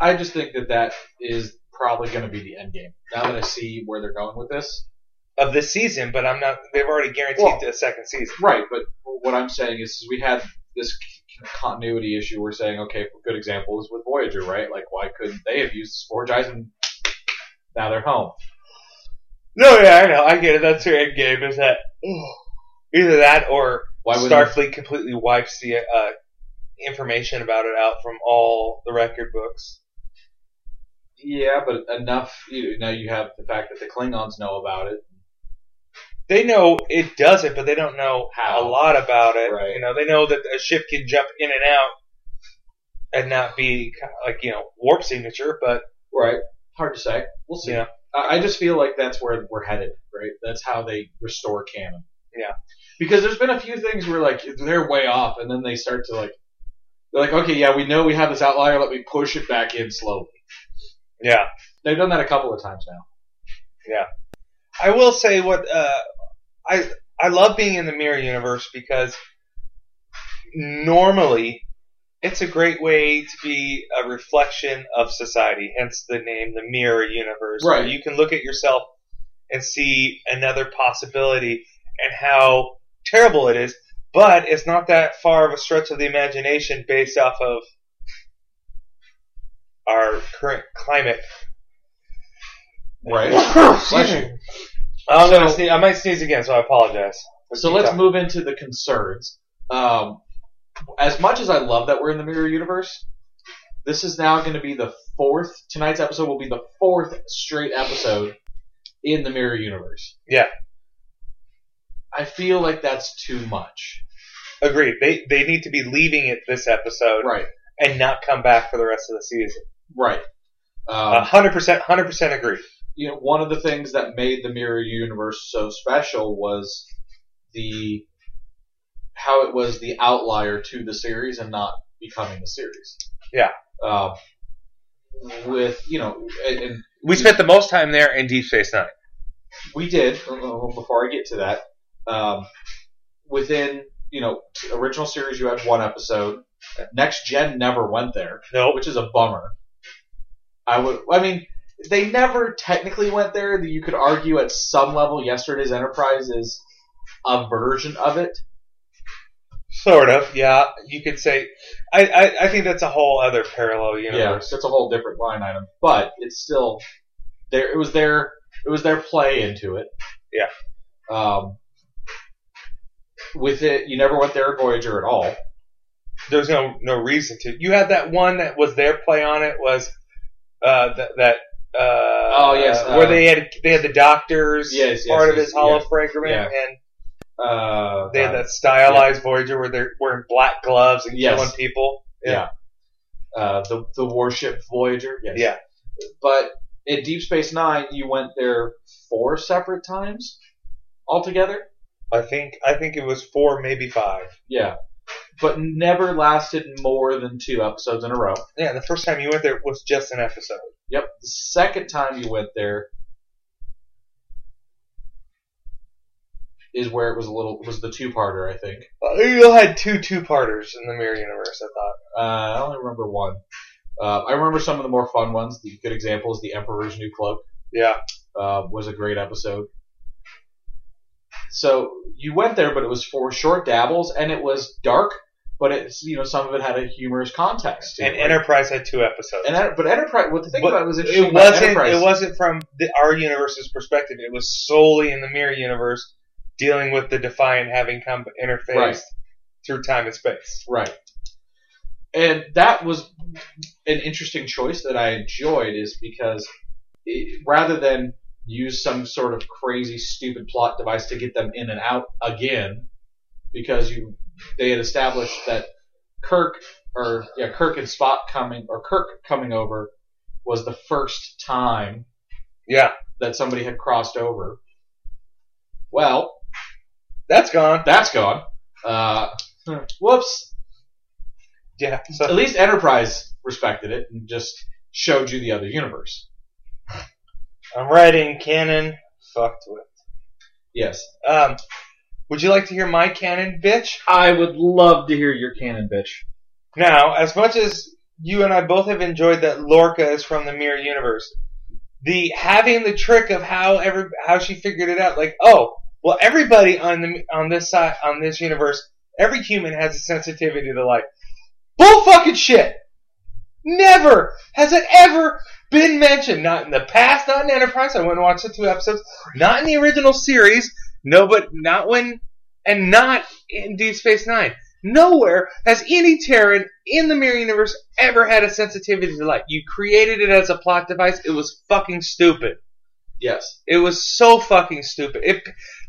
[SPEAKER 2] I just think that that is probably going to be the end game. Now that I see where they're going with this,
[SPEAKER 1] Of this season, but I'm not. They've already guaranteed
[SPEAKER 2] Well-
[SPEAKER 1] a second season.
[SPEAKER 2] Right, but what I'm saying is, is we had this c- continuity issue. We're saying, okay, a good example is with Voyager, right? Like, why couldn't they have used Forge Eyes and now they're home?
[SPEAKER 1] No, yeah, I know, I get it. That's your end game. Is that either that or
[SPEAKER 2] Why would
[SPEAKER 1] Starfleet completely wipes the uh, information about it out from all the record books?
[SPEAKER 2] Yeah, but enough. You, now you have the fact that the Klingons know about it.
[SPEAKER 1] They know it does it, but they don't know
[SPEAKER 2] How.
[SPEAKER 1] a lot about it.
[SPEAKER 2] Right.
[SPEAKER 1] You know, they know that a ship can jump in and out and not be kind of like you know warp signature, but
[SPEAKER 2] Right. Hard to say. We'll see.
[SPEAKER 1] Yeah.
[SPEAKER 2] I, I just feel like that's where we're headed, right? That's how they restore canon.
[SPEAKER 1] Yeah.
[SPEAKER 2] Because there's been a few things where like they're way off, and then they start to like they're like, okay, yeah, we know we have this outlier. Let me push it back in slowly.
[SPEAKER 1] yeah.
[SPEAKER 2] They've done that a couple of times now.
[SPEAKER 1] I will say what uh, I I love being in the mirror universe because normally it's a great way to be a reflection of society. Hence the name, the mirror universe. where
[SPEAKER 2] Right.
[SPEAKER 1] You can look at yourself and see another possibility and how terrible it is. But it's not that far of a stretch of the imagination based off of our current climate. Excuse me. I'm
[SPEAKER 2] So-
[SPEAKER 1] gonna sneeze. I might sneeze again, so I apologize.
[SPEAKER 2] So let's move into the concerns. Um, as much as I love that we're in the mirror universe, this is now going to be the fourth. Tonight's episode will be the fourth straight episode in the mirror universe.
[SPEAKER 1] Yeah.
[SPEAKER 2] I feel like that's too much.
[SPEAKER 1] Agreed. They they need to be leaving it this episode
[SPEAKER 2] Right.
[SPEAKER 1] and not come back for the rest of the season.
[SPEAKER 2] Right. Um,
[SPEAKER 1] A hundred percent, hundred percent agree.
[SPEAKER 2] you know, one of the things that made the mirror universe so special was the how it was the outlier to the series and not becoming the series.
[SPEAKER 1] Yeah.
[SPEAKER 2] Uh, with you know, and, and
[SPEAKER 1] We spent the most time there in Deep Space Nine.
[SPEAKER 2] uh, we did. uh, Before I get to that, um, within you know, t- original series you had one episode. Next Gen never went there,
[SPEAKER 1] No,
[SPEAKER 2] which is a bummer. I would. I mean, they never technically went there. That you could argue at some level, yesterday's Enterprise is a version of it.
[SPEAKER 1] sort of. Yeah, you could say. I, I, I think that's a whole other parallel
[SPEAKER 2] Yeah,
[SPEAKER 1] universe.
[SPEAKER 2] it's a whole different line item, but it's still there. It was their it was their play into it.
[SPEAKER 1] Yeah.
[SPEAKER 2] Um, with it, you never went there at Voyager at all.
[SPEAKER 1] There's no no reason to. You had that one that was their play on it was uh, that that. Uh,
[SPEAKER 2] Oh, yes, uh,
[SPEAKER 1] where they had they had the doctors
[SPEAKER 2] Yes, yes,
[SPEAKER 1] part of
[SPEAKER 2] yes,
[SPEAKER 1] his hollow
[SPEAKER 2] yes,
[SPEAKER 1] fragment,
[SPEAKER 2] yeah.
[SPEAKER 1] and
[SPEAKER 2] Uh,
[SPEAKER 1] they had that stylized Voyager where they're wearing black gloves and
[SPEAKER 2] Yes.
[SPEAKER 1] killing people.
[SPEAKER 2] uh, the the warship Voyager. Yes.
[SPEAKER 1] Yeah.
[SPEAKER 2] But in Deep Space Nine, you went there four separate times altogether.
[SPEAKER 1] I think I think it was four, maybe five.
[SPEAKER 2] Yeah. But never lasted more than two episodes in a row.
[SPEAKER 1] Yeah, the first time you went there was just an episode.
[SPEAKER 2] Yep. The second time you went there is where it was a little was the two parter, I think.
[SPEAKER 1] Uh, You had two two-parters in the Mirror Universe, I thought.
[SPEAKER 2] Uh, I only remember one. Uh, I remember some of the more fun ones. The good example is the Emperor's New Cloak
[SPEAKER 1] Yeah,
[SPEAKER 2] uh, was a great episode. So you went there, but it was for short dabbles, and it was dark, but it's you know some of it had a humorous context. to it,
[SPEAKER 1] and
[SPEAKER 2] like-
[SPEAKER 1] Enterprise had two episodes.
[SPEAKER 2] and Enter- but Enterprise. What the thing
[SPEAKER 1] But
[SPEAKER 2] about it was interesting
[SPEAKER 1] it
[SPEAKER 2] about
[SPEAKER 1] wasn't.
[SPEAKER 2] Enterprise-
[SPEAKER 1] It wasn't from the, our universe's perspective. It was solely in the Mirror Universe, dealing with the Defiant having come interfaced
[SPEAKER 2] Right.
[SPEAKER 1] through time and space.
[SPEAKER 2] Right. And that was an interesting choice that I enjoyed, is because it, rather than use some sort of crazy, stupid plot device to get them in and out again, because you they had established that Kirk or yeah Kirk and Spock coming or Kirk coming over was the first time
[SPEAKER 1] Yeah,
[SPEAKER 2] that somebody had crossed over. Well,
[SPEAKER 1] that's gone.
[SPEAKER 2] that's gone. Uh, whoops.
[SPEAKER 1] Yeah.
[SPEAKER 2] at
[SPEAKER 1] So
[SPEAKER 2] least Enterprise respected it and just showed you the other universe.
[SPEAKER 1] I'm writing canon. Fucked with.
[SPEAKER 2] Yes.
[SPEAKER 1] Um, would you like to hear my canon, bitch?
[SPEAKER 2] I would love to hear your canon, bitch.
[SPEAKER 1] Now, as much as you and I both have enjoyed that Lorca is from the mirror universe, the having the trick of how every how she figured it out, like, oh, well, everybody on the on this side on this universe, every human has a sensitivity to light. Bull fucking shit. Never has it ever been mentioned. Not in the past. Not in Enterprise. I went and watched the two episodes. Not in the original series. No, but not when, and not in Deep Space Nine. Nowhere has any Terran in the Mirror Universe ever had a sensitivity to light. You created it as a plot device. It was fucking stupid.
[SPEAKER 2] Yes.
[SPEAKER 1] It was so fucking stupid. It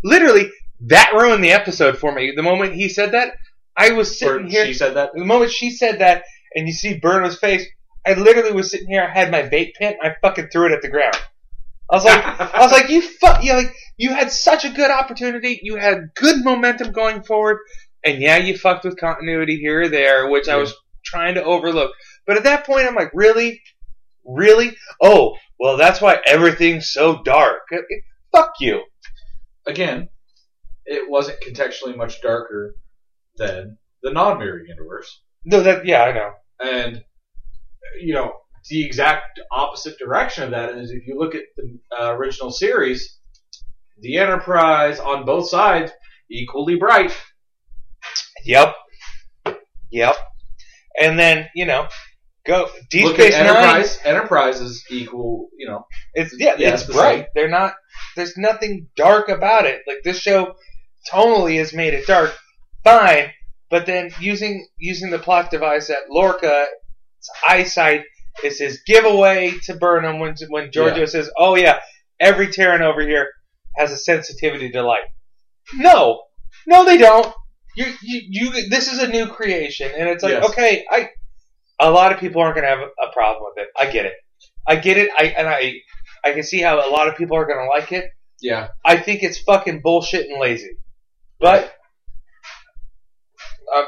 [SPEAKER 1] literally that ruined the episode for me. The moment he said that, I was sitting
[SPEAKER 2] Or
[SPEAKER 1] here.
[SPEAKER 2] She said that.
[SPEAKER 1] The moment she said that, and you see Bruno's face, I literally was sitting here. I had my vape pen. I fucking threw it at the ground. I was like, I was like, you fuck, you like, you had such a good opportunity. You had good momentum going forward, and yeah, you fucked with continuity here or there, which I
[SPEAKER 2] Yeah.
[SPEAKER 1] was trying to overlook. But at that point, I'm like, really, really? Oh, well, that's why everything's so dark. It- it- fuck you.
[SPEAKER 2] again, it wasn't contextually much darker than the non-mirror universe,
[SPEAKER 1] No, that yeah, I know.
[SPEAKER 2] and you know the exact opposite direction of that is if you look at the uh, original series, the Enterprise on both sides equally bright.
[SPEAKER 1] Yep, yep. And then you know, go Deep
[SPEAKER 2] Look
[SPEAKER 1] Space
[SPEAKER 2] at
[SPEAKER 1] Nine.
[SPEAKER 2] Enterprise. Enterprise is equal. You know,
[SPEAKER 1] It's yeah,
[SPEAKER 2] Yeah,
[SPEAKER 1] it's
[SPEAKER 2] it's the
[SPEAKER 1] bright.
[SPEAKER 2] same.
[SPEAKER 1] They're not. There's nothing dark about it. Like this show, tonally has made it dark. Fine, but then using using the plot device that Lorca's eyesight is his giveaway to Burnham when when Giorgio says, "Oh yeah, every Terran over here has a sensitivity to light." No, no, they don't. You you, you this is a new creation, and it's like
[SPEAKER 2] Yes.
[SPEAKER 1] okay, I. A lot of people aren't going to have a a problem with it. I get it. I get it. I and I I can see how a lot of people are going to like it.
[SPEAKER 2] Yeah.
[SPEAKER 1] I think it's fucking bullshit and lazy. But um,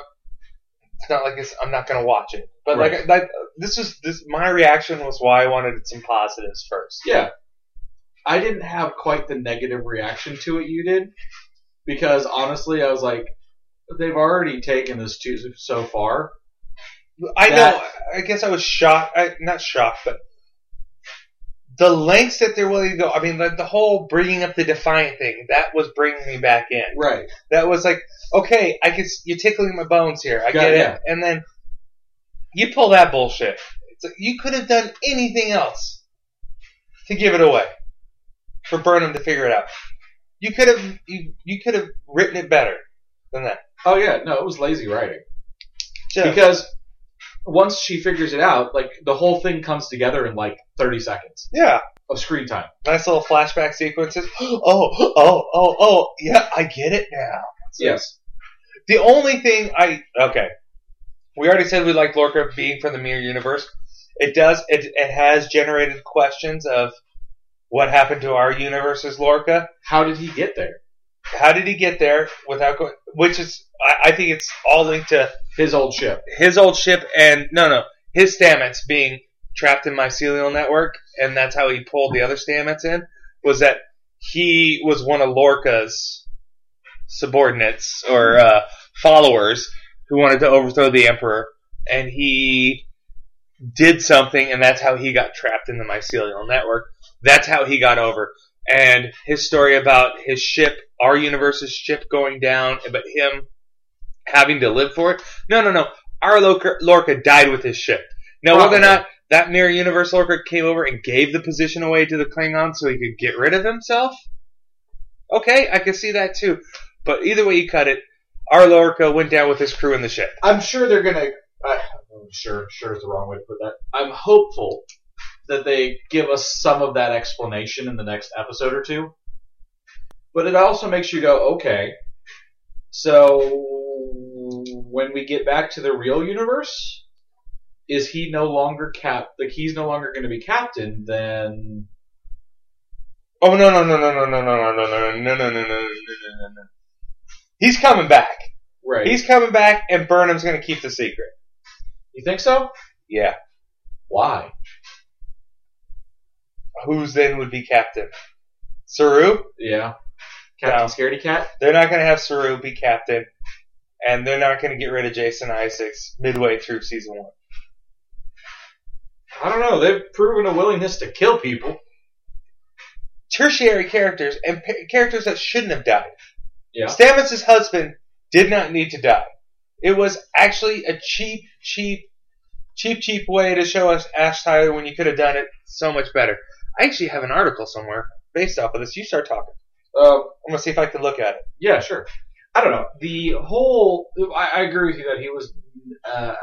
[SPEAKER 1] it's not like it's, I'm not going to watch it. But like, like this is this my reaction was why I wanted some positives first.
[SPEAKER 2] Yeah. I didn't have quite the negative reaction to it you did because honestly, I was like, they've already taken this too so far.
[SPEAKER 1] I know.
[SPEAKER 2] That-
[SPEAKER 1] I guess I was shocked. I, not shocked, but the lengths that they're willing to go. I mean, like the whole bringing up the Defiant thing that was bringing me back in.
[SPEAKER 2] Right.
[SPEAKER 1] That was like, okay, I guess you're tickling my bones here. I
[SPEAKER 2] Yeah,
[SPEAKER 1] get
[SPEAKER 2] yeah.
[SPEAKER 1] it. And then you pull that bullshit. It's like, you could have done anything else to give it away for Burnham to figure it out. You could have you, you could have written it better than that.
[SPEAKER 2] Oh yeah, no, it was lazy writing.
[SPEAKER 1] Just-
[SPEAKER 2] Because once she figures it out, like the whole thing comes together in like 30 seconds
[SPEAKER 1] yeah,
[SPEAKER 2] of screen time.
[SPEAKER 1] nice little flashback sequences. Oh, oh, oh, oh, yeah, I get it now.
[SPEAKER 2] yes.
[SPEAKER 1] The only thing I okay, we already said we like Lorca being from the mirror universe. It does. It it has generated questions of what happened to our universe's Lorca.
[SPEAKER 2] How did he get there?
[SPEAKER 1] How did he get there without going? Which is, I, I think it's all linked to
[SPEAKER 2] His old ship.
[SPEAKER 1] his old ship and no, no, his Stamets being trapped in mycelial network, and that's how he pulled the other Stamets in. Was that he was one of Lorca's subordinates or uh, followers who wanted to overthrow the emperor, and he did something, and that's how he got trapped in the mycelial network. That's how he got over. And his story about his ship, our universe's ship going down, but him having to live for it. No, no, no. Our Lorca, Lorca died with his ship. Now, whether or
[SPEAKER 2] Probably.
[SPEAKER 1] not that mirror universe Lorca came over and gave the position away to the Klingon so he could get rid of himself, okay, I can see that too. But either way you cut it, our Lorca went down with his crew in the ship.
[SPEAKER 2] I'm sure they're gonna. I, I'm sure, sure is the wrong way to put that. I'm hopeful that they give us some of that explanation in the next episode or two. But it also makes you go, okay. So when we get back to the real universe, is he no longer cap? Like he's no longer going to be captain? Then
[SPEAKER 1] Oh no no no no no no no no no no no no no no no no no no no. He's coming back.
[SPEAKER 2] right?
[SPEAKER 1] He's coming back, and Burnham's going to keep the secret.
[SPEAKER 2] you think so?
[SPEAKER 1] Yeah.
[SPEAKER 2] Why?
[SPEAKER 1] Who's then would be captain? Saru?
[SPEAKER 2] Yeah. Captain
[SPEAKER 1] No.
[SPEAKER 2] Scaredy Cat.
[SPEAKER 1] They're not going to have Saru be captain, and they're not going to get rid of Jason Isaacs midway through season one.
[SPEAKER 2] I don't know. They've proven a willingness to kill people.
[SPEAKER 1] Tertiary characters and pa- characters that shouldn't have died.
[SPEAKER 2] Yeah.
[SPEAKER 1] Stamets' husband did not need to die. It was actually a cheap, cheap, cheap, cheap way to show us Ash Tyler when you could have done it so much better. I actually have an article somewhere based off of this. You start talking.
[SPEAKER 2] Um,
[SPEAKER 1] I'm gonna see if I can look at it.
[SPEAKER 2] Yeah, sure. I don't know. The whole, I, I agree with you that he was uh,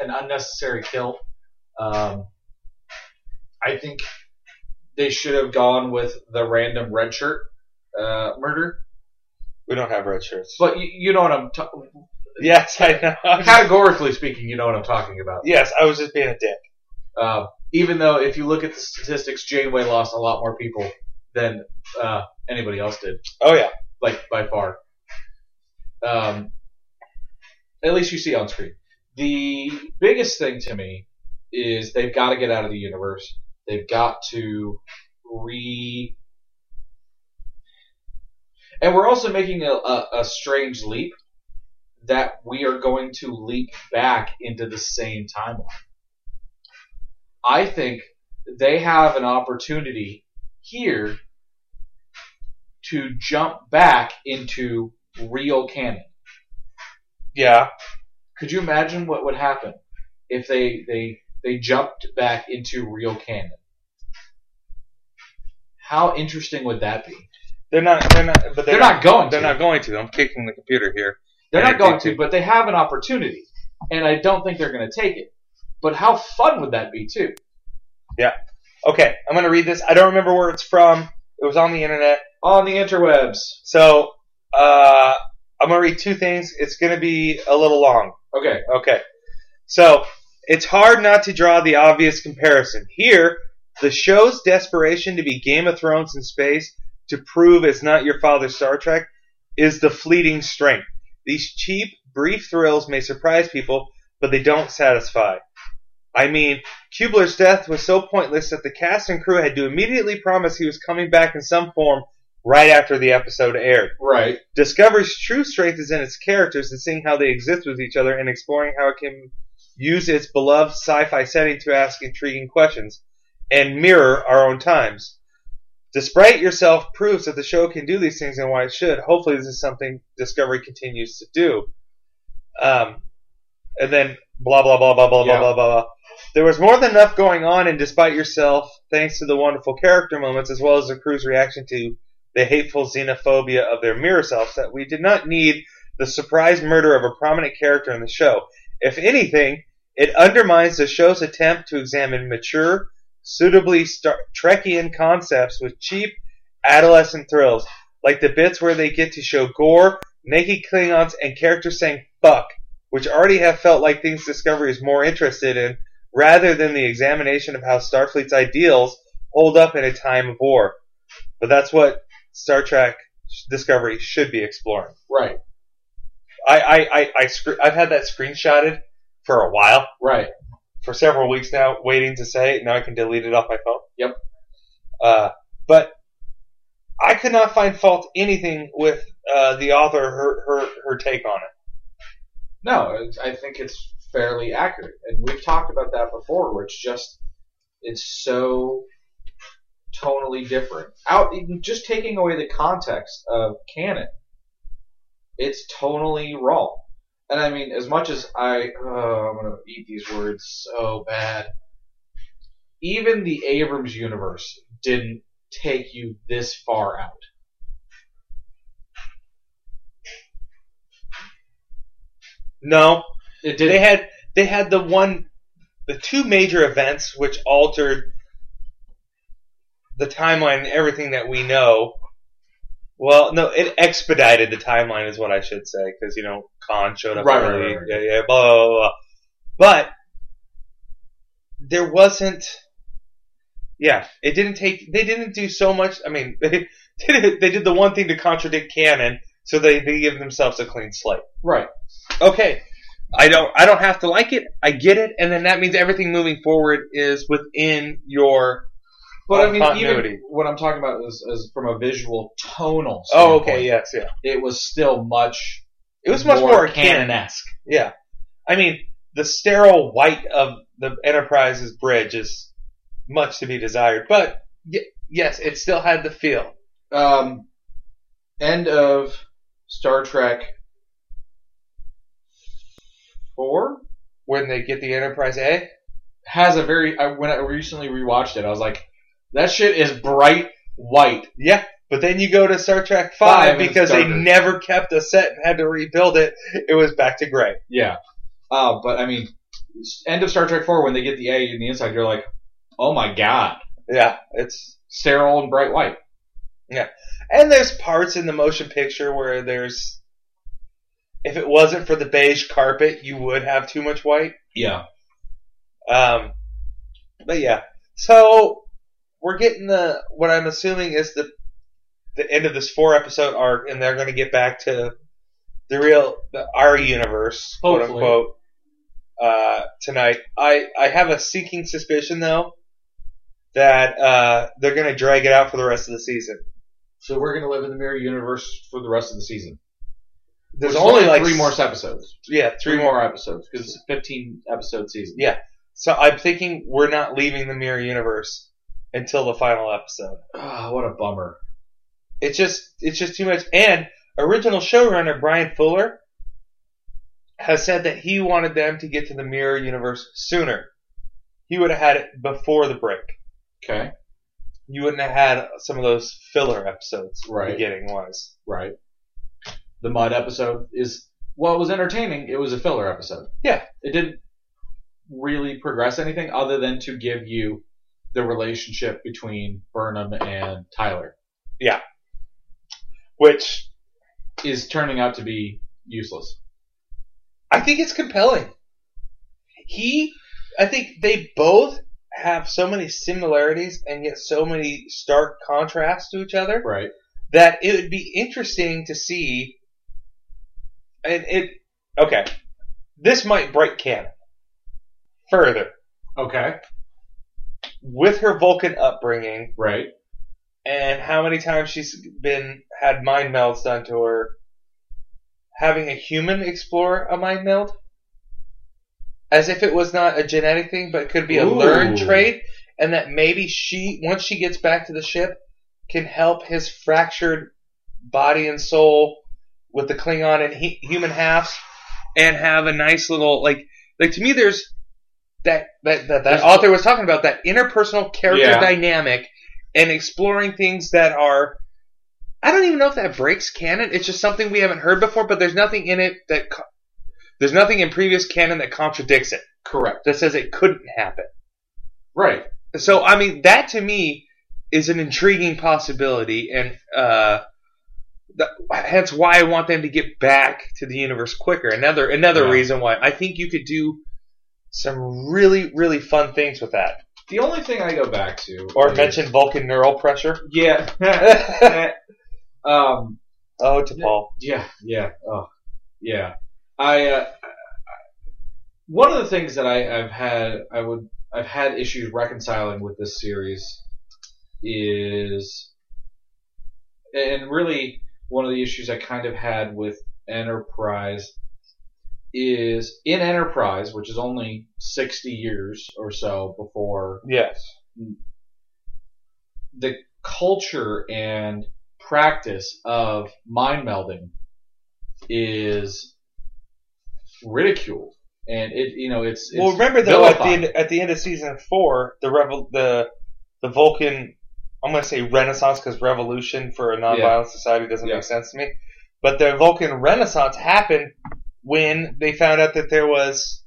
[SPEAKER 2] an unnecessary kill. Um, I think they should have gone with the random red shirt uh, murder.
[SPEAKER 1] We don't have red shirts.
[SPEAKER 2] But you, you know what I'm ta-
[SPEAKER 1] Yes, I know. I'm just-
[SPEAKER 2] categorically speaking, you know what I'm talking about.
[SPEAKER 1] yes, I was just being a dick.
[SPEAKER 2] Uh, even though, if you look at the statistics, Janeway lost a lot more people than uh, anybody else did.
[SPEAKER 1] Oh yeah,
[SPEAKER 2] like by far. Um, at least you see on screen. The biggest thing to me is they've got to get out of the universe. They've got to re. And we're also making a, a, a strange leap that we are going to leap back into the same timeline. I think they have an opportunity here to jump back into real canon.
[SPEAKER 1] yeah.
[SPEAKER 2] Could you imagine what would happen if they they they jumped back into real canon? How interesting would that be?
[SPEAKER 1] They're not. They're not. But they're,
[SPEAKER 2] They're not going
[SPEAKER 1] They're
[SPEAKER 2] to.
[SPEAKER 1] not going to. I'm kicking the computer here.
[SPEAKER 2] They're
[SPEAKER 1] Yeah,
[SPEAKER 2] not going
[SPEAKER 1] they-
[SPEAKER 2] to, but they have an opportunity, and I don't think they're going to take it. But how fun would that be too?
[SPEAKER 1] Okay, I'm gonna read this. I don't remember where it's from. It was on the internet.
[SPEAKER 2] On the interwebs.
[SPEAKER 1] So uh, I'm gonna read two things. It's gonna be a little long.
[SPEAKER 2] Okay.
[SPEAKER 1] Okay. So it's hard not to draw the obvious comparison. Here, the show's desperation to be Game of Thrones in space to prove it's not your father's Star Trek is the fleeting strength. These cheap, brief thrills may surprise people, but they don't satisfy. I mean, Kubler's death was so pointless that the cast and crew had to immediately promise he was coming back in some form right after the episode aired.
[SPEAKER 2] Right.
[SPEAKER 1] Discovery's true strength is in its characters and seeing how they exist with each other and exploring how it can use its beloved sci-fi setting to ask intriguing questions and mirror our own times. Despite Yourself proves that the show can do these things and why it should. Hopefully, this is something Discovery continues to do. Um, and then blah blah blah blah blah
[SPEAKER 2] Yeah.
[SPEAKER 1] blah blah blah. There was more than enough going on in Despite Yourself, thanks to the wonderful character moments as well as the crew's reaction to the hateful xenophobia of their mirror selves, that we did not need the surprise murder of a prominent character in the show. If anything, it undermines the show's attempt to examine mature, suitably star- Trekkian concepts with cheap, adolescent thrills, like the bits where they get to show gore, naked Klingons, and characters saying fuck, which already have felt like things Discovery is more interested in, rather than the examination of how Starfleet's ideals hold up in a time of war. But that's what Star Trek Discovery should be exploring.
[SPEAKER 2] Right.
[SPEAKER 1] I, I, I, I scre- I've had that screenshotted for a while,
[SPEAKER 2] Right.
[SPEAKER 1] for several weeks now, waiting to say it. Now I can delete it off my phone.
[SPEAKER 2] Yep.
[SPEAKER 1] Uh, but I could not find fault anything with uh, the author, her, her, her take on it.
[SPEAKER 2] No, it's- I think it's fairly accurate, and we've talked about that before. Where it's just it's so tonally different. Out even just taking away the context of canon, it's tonally wrong. And I mean, as much as I, oh, I'm gonna eat these words so bad. Even the Abrams universe didn't take you this far out.
[SPEAKER 1] No,
[SPEAKER 2] It
[SPEAKER 1] they
[SPEAKER 2] didn't.
[SPEAKER 1] had they had the one, the two major events which altered the timeline and everything that we know. Well, no, it expedited the timeline, is what I should say, because you know Khan showed up
[SPEAKER 2] Right, right,
[SPEAKER 1] early,
[SPEAKER 2] right, right.
[SPEAKER 1] yeah, yeah, blah, blah, blah, blah. But there wasn't. Yeah, it didn't take. They didn't do so much. I mean, they did, they did the one thing to contradict canon, so they they give themselves a clean slate
[SPEAKER 2] right.
[SPEAKER 1] okay, I don't I don't have to like it. I get it, and then that means everything moving forward is within your.
[SPEAKER 2] But
[SPEAKER 1] Oh,
[SPEAKER 2] I mean,
[SPEAKER 1] continuity.
[SPEAKER 2] even what I'm talking about is, is from a visual tonal.
[SPEAKER 1] Oh,
[SPEAKER 2] Standpoint,
[SPEAKER 1] okay, yes, yeah.
[SPEAKER 2] It was still much.
[SPEAKER 1] It was much more, canon.
[SPEAKER 2] canon-esque.
[SPEAKER 1] Yeah, I mean the sterile white of the Enterprise's bridge is much to be desired, but y- yes, it still had the feel.
[SPEAKER 2] Um, end of Star Trek Four
[SPEAKER 1] When they get the Enterprise A,
[SPEAKER 2] has a very. I, when I recently rewatched it, I was like, that shit is bright white.
[SPEAKER 1] yeah. But then you go to Star Trek
[SPEAKER 2] Five,
[SPEAKER 1] Five
[SPEAKER 2] and it's
[SPEAKER 1] because they
[SPEAKER 2] darker.
[SPEAKER 1] never kept a set and had to rebuild it. It was back to gray.
[SPEAKER 2] Yeah. Uh, but I mean, s- end of Star Trek Four when they get the A in the inside, you're like, oh my god,
[SPEAKER 1] Yeah, it's
[SPEAKER 2] sterile and bright white.
[SPEAKER 1] And there's parts in the motion picture where there's. If it wasn't for the beige carpet, you would have too much white.
[SPEAKER 2] Yeah.
[SPEAKER 1] Um, but yeah, so we're getting the what I'm assuming is the the end of this four episode arc, and they're going to get back to the real the, our universe,
[SPEAKER 2] Hopefully.
[SPEAKER 1] quote unquote, uh, tonight. I I have a sinking suspicion though that uh, they're going to drag it out for the rest of the season.
[SPEAKER 2] So we're gonna live in the mirror universe for the rest of the season.
[SPEAKER 1] There's
[SPEAKER 2] Which is
[SPEAKER 1] only like
[SPEAKER 2] three more
[SPEAKER 1] s-
[SPEAKER 2] episodes.
[SPEAKER 1] yeah
[SPEAKER 2] Three more episodes because it's a fifteen episode season.
[SPEAKER 1] Yeah. So I'm thinking we're not leaving the mirror universe until the final episode.
[SPEAKER 2] Ah, what a bummer.
[SPEAKER 1] It's just it's just too much. And original showrunner Brian Fuller has said that he wanted them to get to the mirror universe sooner. He would have had it before the break.
[SPEAKER 2] Okay.
[SPEAKER 1] You wouldn't have had some of those filler episodes
[SPEAKER 2] Right.
[SPEAKER 1] beginning wise.
[SPEAKER 2] Right. The mud episode is well, it was entertaining. It was a filler episode.
[SPEAKER 1] Yeah.
[SPEAKER 2] It didn't really progress anything other than to give you the relationship between Burnham and Tyler
[SPEAKER 1] Which
[SPEAKER 2] is turning out to be useless.
[SPEAKER 1] I think it's compelling. He, I think they both have so many similarities and yet so many stark contrasts to each other
[SPEAKER 2] Right.
[SPEAKER 1] that it would be interesting to see. And it, okay, this might break canon further
[SPEAKER 2] Okay.
[SPEAKER 1] with her Vulcan upbringing
[SPEAKER 2] Right.
[SPEAKER 1] and how many times she's been had mind melds done to her. Having a human explore a mind meld, as if it was not a genetic thing, but could be a learned
[SPEAKER 2] Ooh.
[SPEAKER 1] trait, and that maybe she, once she gets back to the ship, can help his fractured body and soul with the Klingon and he, human halves, and have a nice little like like to me. There's that that that, that
[SPEAKER 2] There's-
[SPEAKER 1] author was talking about that interpersonal character
[SPEAKER 2] Yeah.
[SPEAKER 1] dynamic and exploring things that are. I don't even know if that breaks canon. It's just something we haven't heard before, but there's nothing in it that co- there's nothing in previous canon that contradicts it.
[SPEAKER 2] Correct.
[SPEAKER 1] That says it couldn't happen.
[SPEAKER 2] Right.
[SPEAKER 1] So I mean, that to me is an intriguing possibility, and uh, th- hence why I want them to get back to the universe quicker. Another another
[SPEAKER 2] Yeah.
[SPEAKER 1] reason why I think you could do some really really fun things with that,
[SPEAKER 2] The only thing I go back to,
[SPEAKER 1] or
[SPEAKER 2] is-
[SPEAKER 1] mention Vulcan neural pressure.
[SPEAKER 2] yeah,
[SPEAKER 1] oh,
[SPEAKER 2] um,
[SPEAKER 1] to Paul.
[SPEAKER 2] Yeah, yeah, oh, yeah. I uh, one of the things that I, I've had I would I've had issues reconciling with this series is, and really one of the issues I kind of had with Enterprise is in Enterprise, which is only sixty years or so before
[SPEAKER 1] Yes.
[SPEAKER 2] the culture and practice of mind melding is ridiculed, and it you know it's, it's
[SPEAKER 1] Well, remember though at the
[SPEAKER 2] vilified.
[SPEAKER 1] end, at the end of season four, the revel the the Vulcan. I'm going to say Renaissance because revolution for a nonviolent society doesn't
[SPEAKER 2] Yeah.
[SPEAKER 1] make sense to me. But the Vulcan Renaissance happened when they found out that there was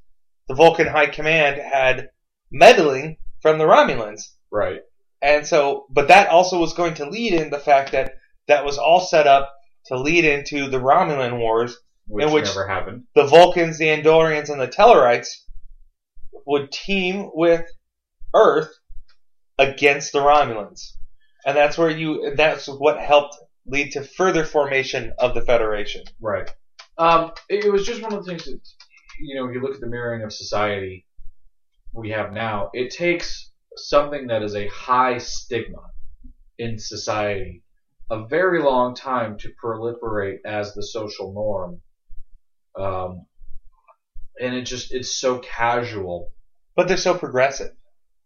[SPEAKER 1] the Vulcan High Command had meddling from the Romulans,
[SPEAKER 2] right
[SPEAKER 1] and so, but that also was going to lead in the fact that that was all set up to lead into the Romulan Wars,
[SPEAKER 2] which,
[SPEAKER 1] in which-
[SPEAKER 2] never happened
[SPEAKER 1] the Vulcans, the Andorians, and the Tellarites would team with Earth against the Romulans, and that's where you. That's what helped lead to further formation of the Federation.
[SPEAKER 2] right. Um, it, it was just one of the things that you know if you look at the mirroring of society we have now. It takes something that is a high stigma in society a very long time to proliferate as the social norm. Um, and it just it's so casual.
[SPEAKER 1] But they're so progressive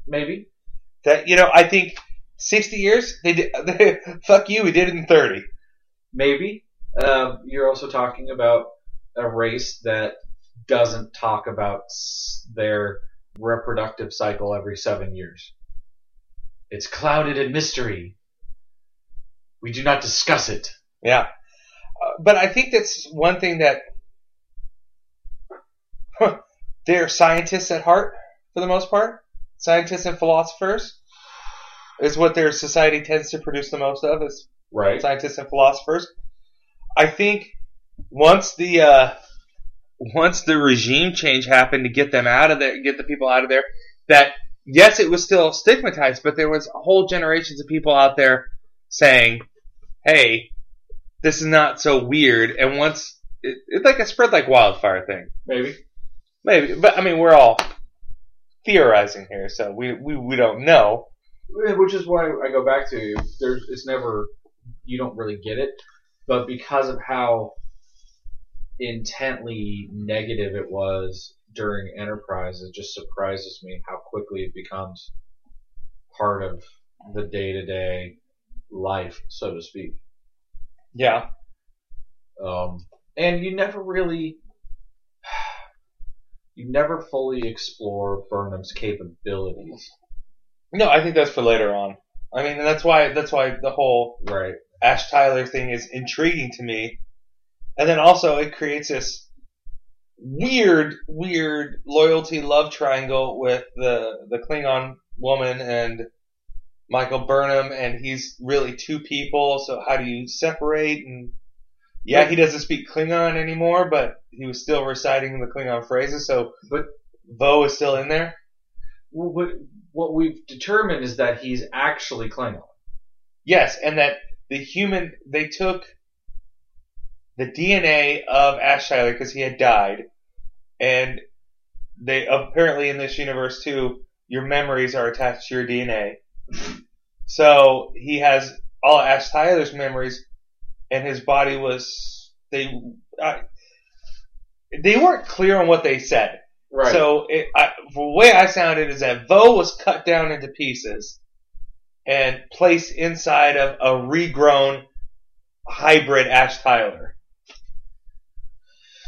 [SPEAKER 2] Maybe.
[SPEAKER 1] that you know. I think sixty years. They did. They, fuck you. We did it in thirty.
[SPEAKER 2] Maybe. Um, you're also talking about a race that doesn't talk about s- their reproductive cycle every seven years. It's clouded in mystery. We do not discuss it.
[SPEAKER 1] Yeah. Uh, but I think that's one thing that they're scientists at heart for the most part. Scientists and philosophers is what their society tends to produce the most of is
[SPEAKER 2] Right.
[SPEAKER 1] scientists and philosophers. I think once the uh, once the regime change happened to get them out of there, get the people out of there, that yes, it was still stigmatized, but there was whole generations of people out there saying, "Hey, this is not so weird." And once it, it like a spread like wildfire thing,
[SPEAKER 2] Maybe.
[SPEAKER 1] maybe. But I mean, we're all theorizing here, so we we, we don't know.
[SPEAKER 2] which is why I go back to there's it's never you don't really get it, but because of how intently negative it was during Enterprise, it just surprises me how quickly it becomes part of the day to day life, so to speak.
[SPEAKER 1] Yeah,
[SPEAKER 2] Um, and you never really, you never fully explore Burnham's capabilities,
[SPEAKER 1] no, I think that's for later on. I mean, and that's why that's why the whole
[SPEAKER 2] right?
[SPEAKER 1] Ash Tyler thing is intriguing to me. And then also it creates this weird, weird loyalty love triangle with the the Klingon woman and Michael Burnham and he's really two people, so how do you separate and yeah, he doesn't speak Klingon anymore, but he was still reciting the Klingon phrases, so
[SPEAKER 2] But-
[SPEAKER 1] Vo is still in there.
[SPEAKER 2] Well, what, what we've determined is that he's actually Klingon.
[SPEAKER 1] Yes, and that the human they took the DNA of Ash Tyler because he had died, and they apparently in this universe too, your memories are attached to your DNA. So he has all Ash Tyler's memories, and his body was they I, they weren't clear on what they said.
[SPEAKER 2] Right.
[SPEAKER 1] So it, I, the way I sounded is that Vo was cut down into pieces and placed inside of a regrown hybrid Ash Tyler.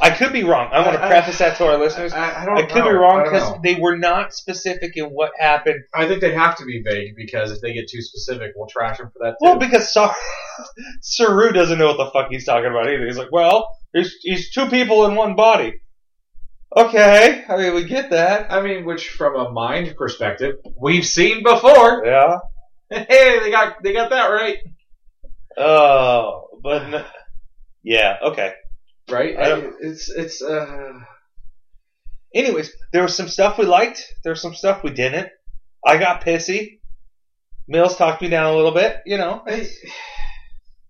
[SPEAKER 1] I could be wrong. I want to
[SPEAKER 2] I- I-
[SPEAKER 1] preface that to our listeners.
[SPEAKER 2] I, I don't.
[SPEAKER 1] I could
[SPEAKER 2] know.
[SPEAKER 1] be wrong
[SPEAKER 2] I don't
[SPEAKER 1] because
[SPEAKER 2] know.
[SPEAKER 1] they were not specific in what happened.
[SPEAKER 2] I think they have to be vague because if they get too specific, we'll trash them for that.
[SPEAKER 1] Well,
[SPEAKER 2] too.
[SPEAKER 1] because Sar- Saru doesn't know what the fuck he's talking about either. He's like, well, there's he's two people in one body. Okay, I mean we get that.
[SPEAKER 2] I mean, which from a mind perspective, we've seen before.
[SPEAKER 1] Yeah.
[SPEAKER 2] Hey, they got they got that right,
[SPEAKER 1] Oh, but n- yeah, okay.
[SPEAKER 2] right?
[SPEAKER 1] I don't-
[SPEAKER 2] it's it's uh,
[SPEAKER 1] Anyways, there was some stuff we liked. There was some stuff we didn't. I got pissy. Mills talked me down a little bit. You know, it's,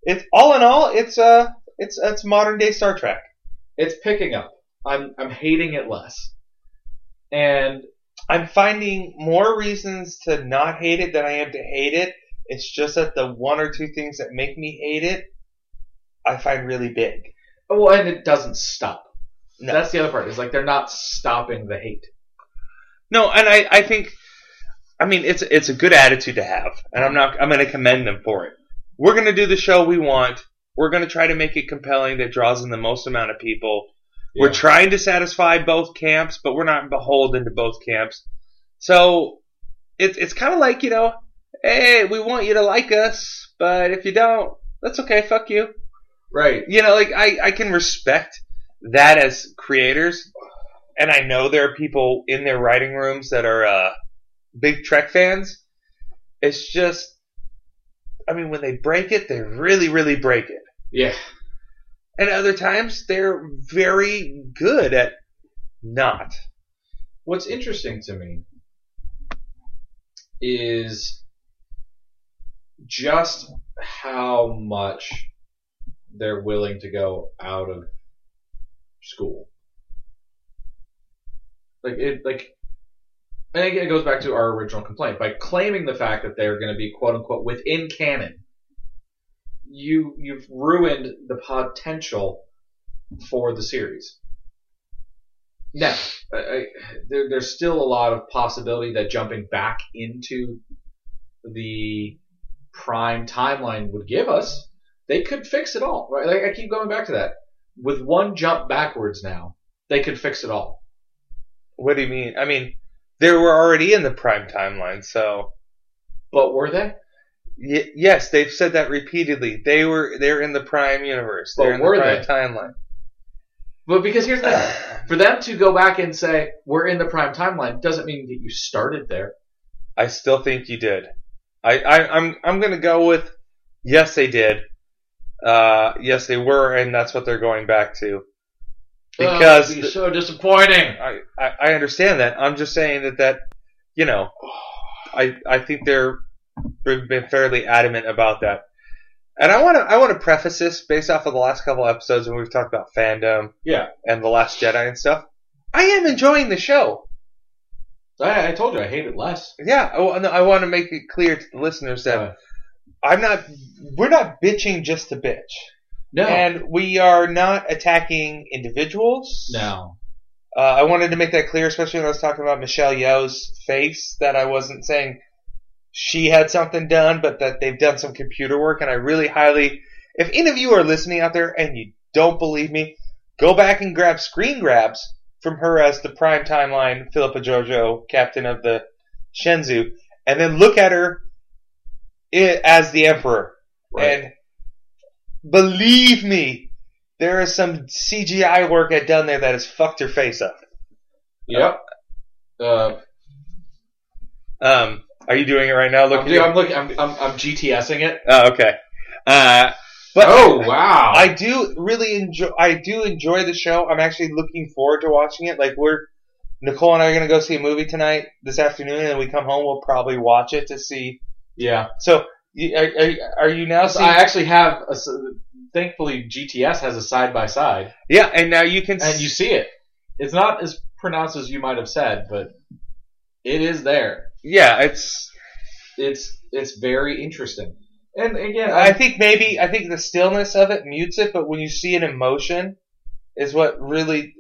[SPEAKER 1] it's all in all, it's uh, it's it's modern day Star Trek.
[SPEAKER 2] it's picking up. I'm I'm hating it less, and
[SPEAKER 1] I'm finding more reasons to not hate it than I am to hate it. It's just that the one or two things that make me hate it, I find really big.
[SPEAKER 2] well, and it doesn't stop.
[SPEAKER 1] No.
[SPEAKER 2] That's the other part. Is like they're not stopping the hate.
[SPEAKER 1] No, and I, I think, I mean, it's it's a good attitude to have, and I'm not I'm going to commend them for it. We're going to do the show we want. We're going to try to make it compelling that draws in the most amount of people. We're
[SPEAKER 2] Yeah.
[SPEAKER 1] trying to satisfy both camps, but we're not beholden to both camps. So it's it's kind of like you know, hey, we want you to like us, but if you don't, that's okay. Fuck you.
[SPEAKER 2] Right.
[SPEAKER 1] You know, like I I can respect that as creators, and I know there are people in their writing rooms that are uh, big Trek fans. It's just, I mean, when they break it, they really, really break it
[SPEAKER 2] Yeah.
[SPEAKER 1] and other times they're very good at not.
[SPEAKER 2] What's interesting to me is just how much they're willing to go out of school. Like it, like I think it goes back to our original complaint by claiming the fact that they're going to be quote unquote within canon. You you've ruined the potential for the series. Now, I, I, there, there's still a lot of possibility that jumping back into the prime timeline would give us. They could fix it all. Right? Like, I keep going back to that. With one jump backwards now, they could fix it all.
[SPEAKER 1] What do you mean? I mean, they were already in the prime timeline, so
[SPEAKER 2] But were they?
[SPEAKER 1] y- yes, they've said that repeatedly. They were they're in the prime universe.
[SPEAKER 2] But
[SPEAKER 1] They're in
[SPEAKER 2] were
[SPEAKER 1] the prime
[SPEAKER 2] they?
[SPEAKER 1] timeline.
[SPEAKER 2] But because here's the thing. For them to go back and say, we're in the prime timeline, doesn't mean that you started there.
[SPEAKER 1] I still think you did. I, I I'm I'm gonna go with yes they did. Uh, yes they were, and that's what they're going back to. Because
[SPEAKER 2] That would Oh, be
[SPEAKER 1] the-
[SPEAKER 2] so disappointing.
[SPEAKER 1] I, I, I understand that. I'm just saying that that you know, I I think they're they've been fairly adamant about that. And I want to I want to preface this based off of the last couple episodes when we've talked about fandom,
[SPEAKER 2] Yeah.
[SPEAKER 1] and the Last Jedi and stuff. I am enjoying the show.
[SPEAKER 2] I, I told you I hate it less.
[SPEAKER 1] Yeah, I, wa- no, I want to make it clear to the listeners that
[SPEAKER 2] Uh,
[SPEAKER 1] I'm not we're not bitching just to bitch,
[SPEAKER 2] no.
[SPEAKER 1] and we are not attacking individuals.
[SPEAKER 2] no.
[SPEAKER 1] Uh, I wanted to make that clear, especially when I was talking about Michelle Yeoh's face, that I wasn't saying she had something done, but that they've done some computer work. And I really highly, if any of you are listening out there and you don't believe me, go back and grab screen grabs from her as the prime timeline Philippa Giorgio, captain of the Shenzhou, and then look at her i- as the emperor.
[SPEAKER 2] Right.
[SPEAKER 1] And believe me, there is some CGI work I've done there that has fucked her face up.
[SPEAKER 2] Yep. Uh,
[SPEAKER 1] Um, are you doing it right now?
[SPEAKER 2] I'm,
[SPEAKER 1] Looking.
[SPEAKER 2] dude, I'm looking. I'm, I'm, I'm GTSing it.
[SPEAKER 1] oh, okay. Uh, but
[SPEAKER 2] oh wow!
[SPEAKER 1] I do really enjoy. I do enjoy the show. I'm actually looking forward to watching it. Like we're Nicole and I are gonna go see a movie tonight this afternoon, and then we come home. We'll probably watch it to see.
[SPEAKER 2] yeah.
[SPEAKER 1] So. you- Are, are, are you now
[SPEAKER 2] I
[SPEAKER 1] seeing?
[SPEAKER 2] actually have. A, s- thankfully, GTS has a side by side,
[SPEAKER 1] yeah, and now you can.
[SPEAKER 2] and you see it. It's not as pronounced as you might have said, but it is there.
[SPEAKER 1] yeah, it's
[SPEAKER 2] it's it's very interesting. And again, I,
[SPEAKER 1] I think maybe I think the stillness of it mutes it, but when you see an emotion, is what really.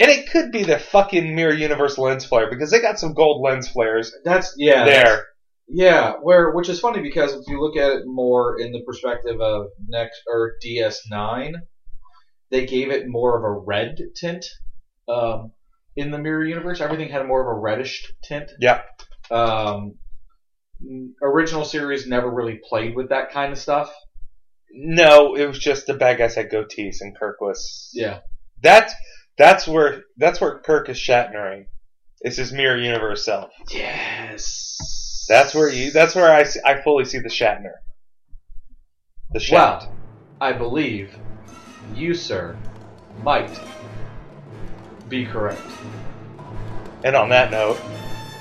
[SPEAKER 1] And it could be the fucking mirror universe lens flare because they got some gold lens flares
[SPEAKER 2] that's yeah that's-
[SPEAKER 1] there.
[SPEAKER 2] Yeah, where which is funny because if you look at it more in the perspective of next or DS9, they gave it more of a red tint. Um, in the mirror universe, everything had more of a reddish tint.
[SPEAKER 1] Yeah.
[SPEAKER 2] Um, original series never really played with that kind of stuff.
[SPEAKER 1] No, it was just the bad guys had goatees, and Kirk was.
[SPEAKER 2] Yeah.
[SPEAKER 1] That's that's where that's where Kirk is Shatnering. It's his mirror universe self.
[SPEAKER 2] Yes.
[SPEAKER 1] That's where you. That's where I see, I fully see the Shatner. The Shat.
[SPEAKER 2] Well, I believe you, sir, might be correct.
[SPEAKER 1] And on that note,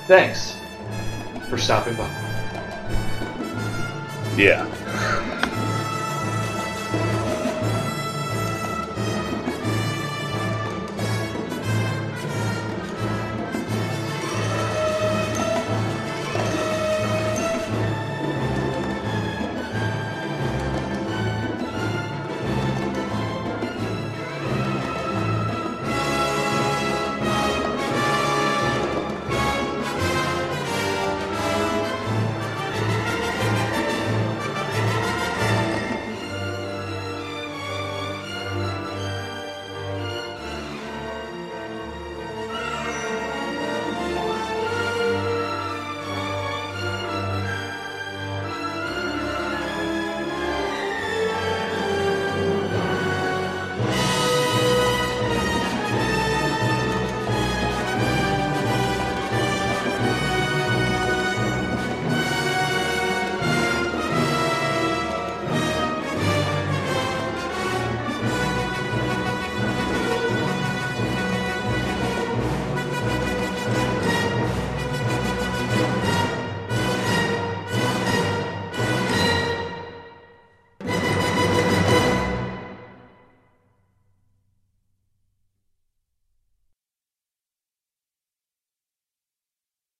[SPEAKER 2] Thanks for stopping by.
[SPEAKER 1] yeah.